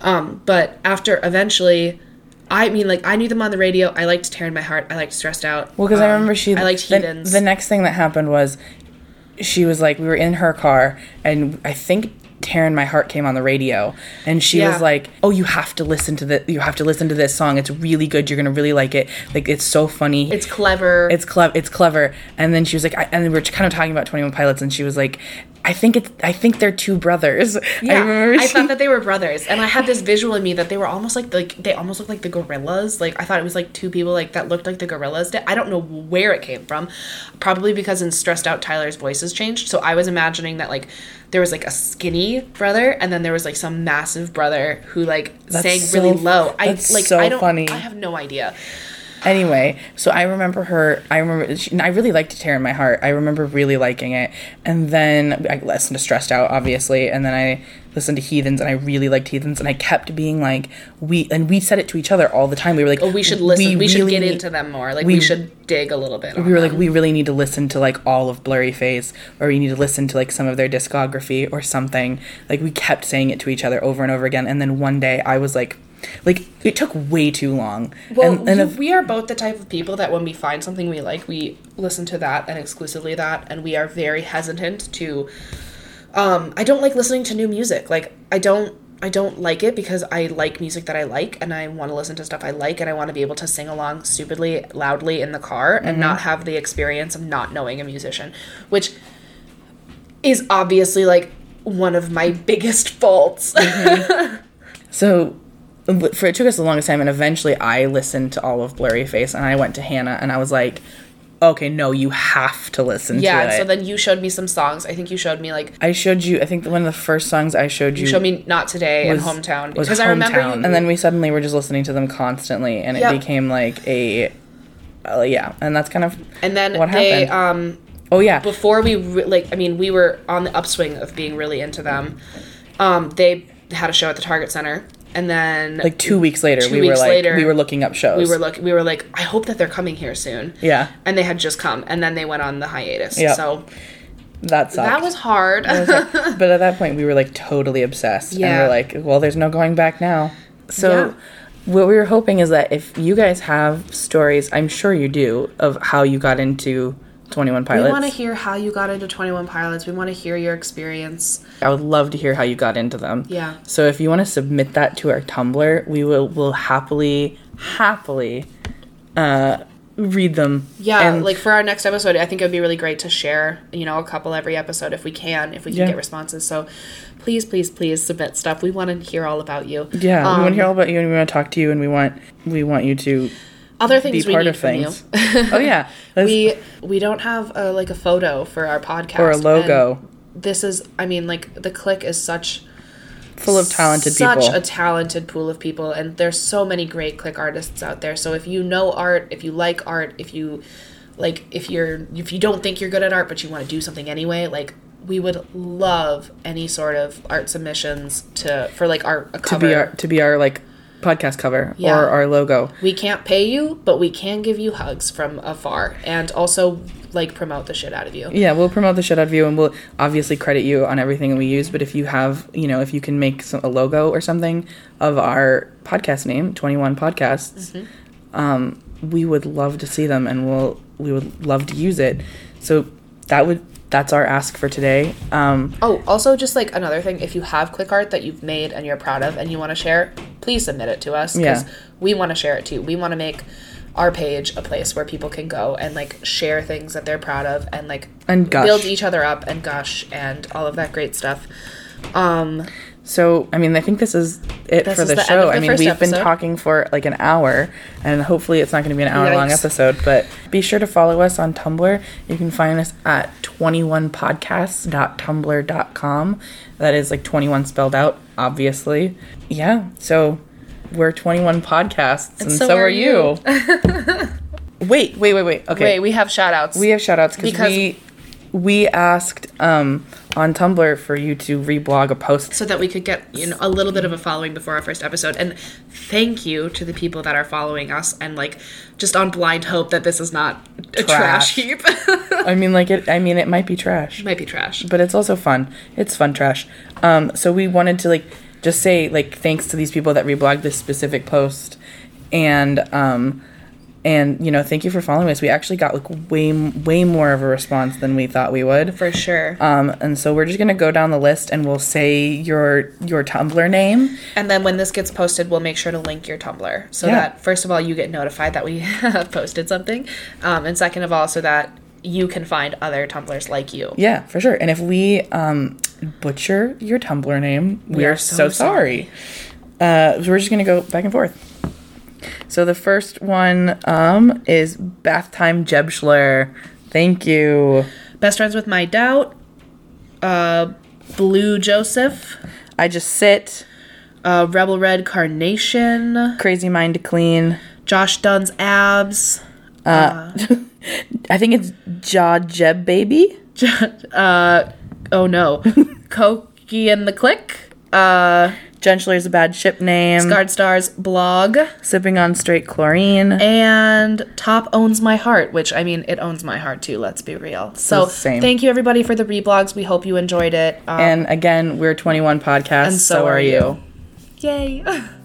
Speaker 1: Um, but after eventually. I mean, like I knew them on the radio. I liked "Tear in My Heart." I liked "Stressed Out."
Speaker 2: Well, because I
Speaker 1: Um,
Speaker 2: remember she.
Speaker 1: I liked
Speaker 2: the-
Speaker 1: "Heathens."
Speaker 2: The, next thing that happened was, she was like, we were in her car, and I think "Tearing My Heart" came on the radio, and she
Speaker 1: Yeah.
Speaker 2: was like, "Oh, you have to listen to the, you have to listen to this song. It's really good. You're gonna really like it. Like it's so funny.
Speaker 1: It's clever.
Speaker 2: it's clever. It's clever." And then she was like, I, and we were kind of talking about Twenty One Pilots, and she was like, "I think it's, I think they're two brothers." I
Speaker 1: yeah.
Speaker 2: remember.
Speaker 1: I
Speaker 2: she-
Speaker 1: thought that they were brothers, and I had this visual in me that they were almost like like they almost looked like the gorillas. Like I thought it was like two people like that looked like the gorillas did. I don't know where it came from, probably because in stressed out Tyler's voices changed. So I was imagining that like there was like a skinny me brother, and then there was like some massive brother who like
Speaker 2: That's
Speaker 1: sang
Speaker 2: so-
Speaker 1: really low. I
Speaker 2: that's
Speaker 1: like
Speaker 2: so
Speaker 1: I don't
Speaker 2: funny.
Speaker 1: I have no idea.
Speaker 2: Anyway, so I remember her. I remember. She, and I really liked "Tear in My Heart." I remember really liking it, and then I listened to "Stressed Out," obviously, and then I listened to "Heathens," and I really liked "Heathens," and I kept being like, "We," and we said it to each other all the time. We were like,
Speaker 1: But Oh, we should listen. We, should
Speaker 2: really
Speaker 1: get
Speaker 2: need-
Speaker 1: into them more. Like we,
Speaker 2: we-
Speaker 1: should dig a little bit.
Speaker 2: We were like, we really need to listen to like all of Blurry Face, or you need to listen to like some of their discography or something. Like we kept saying it to each other over and over again, and then one day I was like, like it took way too long.
Speaker 1: well,
Speaker 2: and, and
Speaker 1: you-
Speaker 2: if-
Speaker 1: we are both the type of people that when we find something we like, we listen to that and exclusively that, and we are very hesitant to. Um, I don't like listening to new music. Like I don't. I don't like it because I like music that I like and I want to listen to stuff I like and I want to be able to sing along stupidly loudly in the car
Speaker 2: Mm-hmm.
Speaker 1: and not have the experience of not knowing a musician, which is obviously like one of my biggest faults.
Speaker 2: So but for it took us the longest time, and eventually I listened to all of Blurry Face, and I went to Hannah, and I was like, "Okay, no, you have to listen
Speaker 1: yeah,
Speaker 2: to
Speaker 1: and
Speaker 2: it."
Speaker 1: so then you showed me some songs. I think you showed me like
Speaker 2: I showed you. I think one of the first songs I showed you,
Speaker 1: Show me not today
Speaker 2: Mm. was-
Speaker 1: and hometown
Speaker 2: was
Speaker 1: because I remember you,
Speaker 2: Hometown. and then we suddenly were just listening to them constantly, and it
Speaker 1: Yep.
Speaker 2: became like a, uh, yeah, and that's kind of
Speaker 1: and then
Speaker 2: what
Speaker 1: they
Speaker 2: happened.
Speaker 1: um
Speaker 2: oh yeah,
Speaker 1: before we re- like I mean we were on the upswing of being really into them. Um, they had a show at the Target Center, and then
Speaker 2: like two weeks later, we
Speaker 1: weeks
Speaker 2: were like
Speaker 1: later,
Speaker 2: we were looking up shows.
Speaker 1: we were look we were like I hope that they're coming here soon.
Speaker 2: yeah,
Speaker 1: And they had just come, and then they went on the hiatus.
Speaker 2: Yep.
Speaker 1: So
Speaker 2: that sucked.
Speaker 1: that was hard.
Speaker 2: but at that point we were like totally obsessed and
Speaker 1: Yeah.
Speaker 2: we're like well there's no going back now so
Speaker 1: Yeah.
Speaker 2: what we were hoping is that if you guys have stories i'm sure you do of how you got into 21
Speaker 1: we
Speaker 2: pilots
Speaker 1: want to hear how you got into Twenty One Pilots. We want to hear your experience.
Speaker 2: i would love to hear how you got into them
Speaker 1: Yeah.
Speaker 2: so if you want to submit that to our tumblr we will will happily happily uh read them
Speaker 1: Yeah,
Speaker 2: and
Speaker 1: like for our next episode, I think it would be really great to share, you know, a couple every episode if we can, if we can
Speaker 2: Yeah.
Speaker 1: get responses. So please, please, please submit stuff. We want to hear all about you.
Speaker 2: yeah we want
Speaker 1: Um,
Speaker 2: to hear all about you and we want to talk to you and we want we want you to
Speaker 1: other
Speaker 2: be
Speaker 1: things we
Speaker 2: part
Speaker 1: need
Speaker 2: of
Speaker 1: from
Speaker 2: things oh yeah Let's-
Speaker 1: you. We we don't have a, like a photo for our podcast
Speaker 2: or a
Speaker 1: and
Speaker 2: logo
Speaker 1: This is, I mean, like the click is such
Speaker 2: full of talented
Speaker 1: such
Speaker 2: people
Speaker 1: a talented pool of people and there's so many great click artists out there so if you know art if you like art if you like if you're if you don't think you're good at art but you want to do something anyway like we would love any sort of art submissions to for like our a
Speaker 2: to
Speaker 1: cover.
Speaker 2: be our to be our like podcast cover
Speaker 1: Yeah.
Speaker 2: or our logo.
Speaker 1: we can't pay you but we can give you hugs from afar and also like promote the shit out of you
Speaker 2: Yeah, we'll promote the shit out of you, and we'll obviously credit you on everything that we use. But if you have, you know, if you can make some, a logo or something of our podcast name, Twenty One Podcasts,
Speaker 1: Mm-hmm.
Speaker 2: um, we would love to see them, and we'll we would love to use it. So that would that's our ask for today. Um,
Speaker 1: Oh, also, just like another thing, if you have click art that you've made and you're proud of and you want to share, please submit it to us because
Speaker 2: Yeah.
Speaker 1: we want to share it too. We want to make our page a place where people can go and like share things that they're proud of and like
Speaker 2: And gush.
Speaker 1: build each other up and gush and all of that great stuff. Um,
Speaker 2: so I mean, I think this is it for
Speaker 1: is
Speaker 2: the,
Speaker 1: the end
Speaker 2: show.
Speaker 1: of the
Speaker 2: I mean,
Speaker 1: first
Speaker 2: we've been
Speaker 1: episode.
Speaker 2: talking for like an hour, and hopefully it's not going to be an hour long
Speaker 1: Yikes.
Speaker 2: episode. But be sure to follow us on Tumblr. You can find us at 21podcasts.tumblr.com. That is like 21 spelled out, obviously. Yeah, so we're 21 podcasts, and, so, are you. wait, wait, wait, wait. Okay.
Speaker 1: Wait, we have shout outs.
Speaker 2: We have shout outs because
Speaker 1: Because-
Speaker 2: we, we asked um, on Tumblr for you to reblog a post
Speaker 1: so that we could get you know a little bit of a following before our first episode and thank you to the people that are following us and like just on blind hope that this is not a trash
Speaker 2: Trash.
Speaker 1: heap
Speaker 2: I mean, like it. I mean, it might be trash,
Speaker 1: might be trash
Speaker 2: but it's also fun. It's fun trash. Um, so we wanted to like just say like thanks to these people that reblogged this specific post, and um, and you know thank you for following us. We actually got like way m- way more of a response than we thought we would.
Speaker 1: for sure
Speaker 2: Um, and so we're just gonna go down the list and we'll say your your Tumblr name.
Speaker 1: And then when this gets posted, we'll make sure to link your Tumblr so
Speaker 2: Yeah.
Speaker 1: that first of all you get notified that we have posted something, um, and second of all so that you can find other Tumblers like you.
Speaker 2: Yeah, for sure. And if we um, butcher your Tumblr name, we, are, so, sorry. Uh, so we're just gonna go back and forth. So the first one um, is Bath Time Jebschler. Thank you.
Speaker 1: Best friends with my doubt. Uh, Blue Joseph,
Speaker 2: I just sit,
Speaker 1: uh, Rebel Red Carnation,
Speaker 2: crazy mind to clean.
Speaker 1: Josh Dunn's abs,
Speaker 2: I think it's Ja Jeb Baby.
Speaker 1: uh, oh no, Koki and the Click, uh,
Speaker 2: Gentler is a bad ship name.
Speaker 1: Guard Stars blog,
Speaker 2: Sipping on straight chlorine.
Speaker 1: and Top owns my heart, which I mean, it owns my heart too. Let's be real. So
Speaker 2: Same.
Speaker 1: thank you everybody for the reblogs. We hope you enjoyed it. Um,
Speaker 2: and again, we're 21 podcasts. so, are you.
Speaker 1: Yay.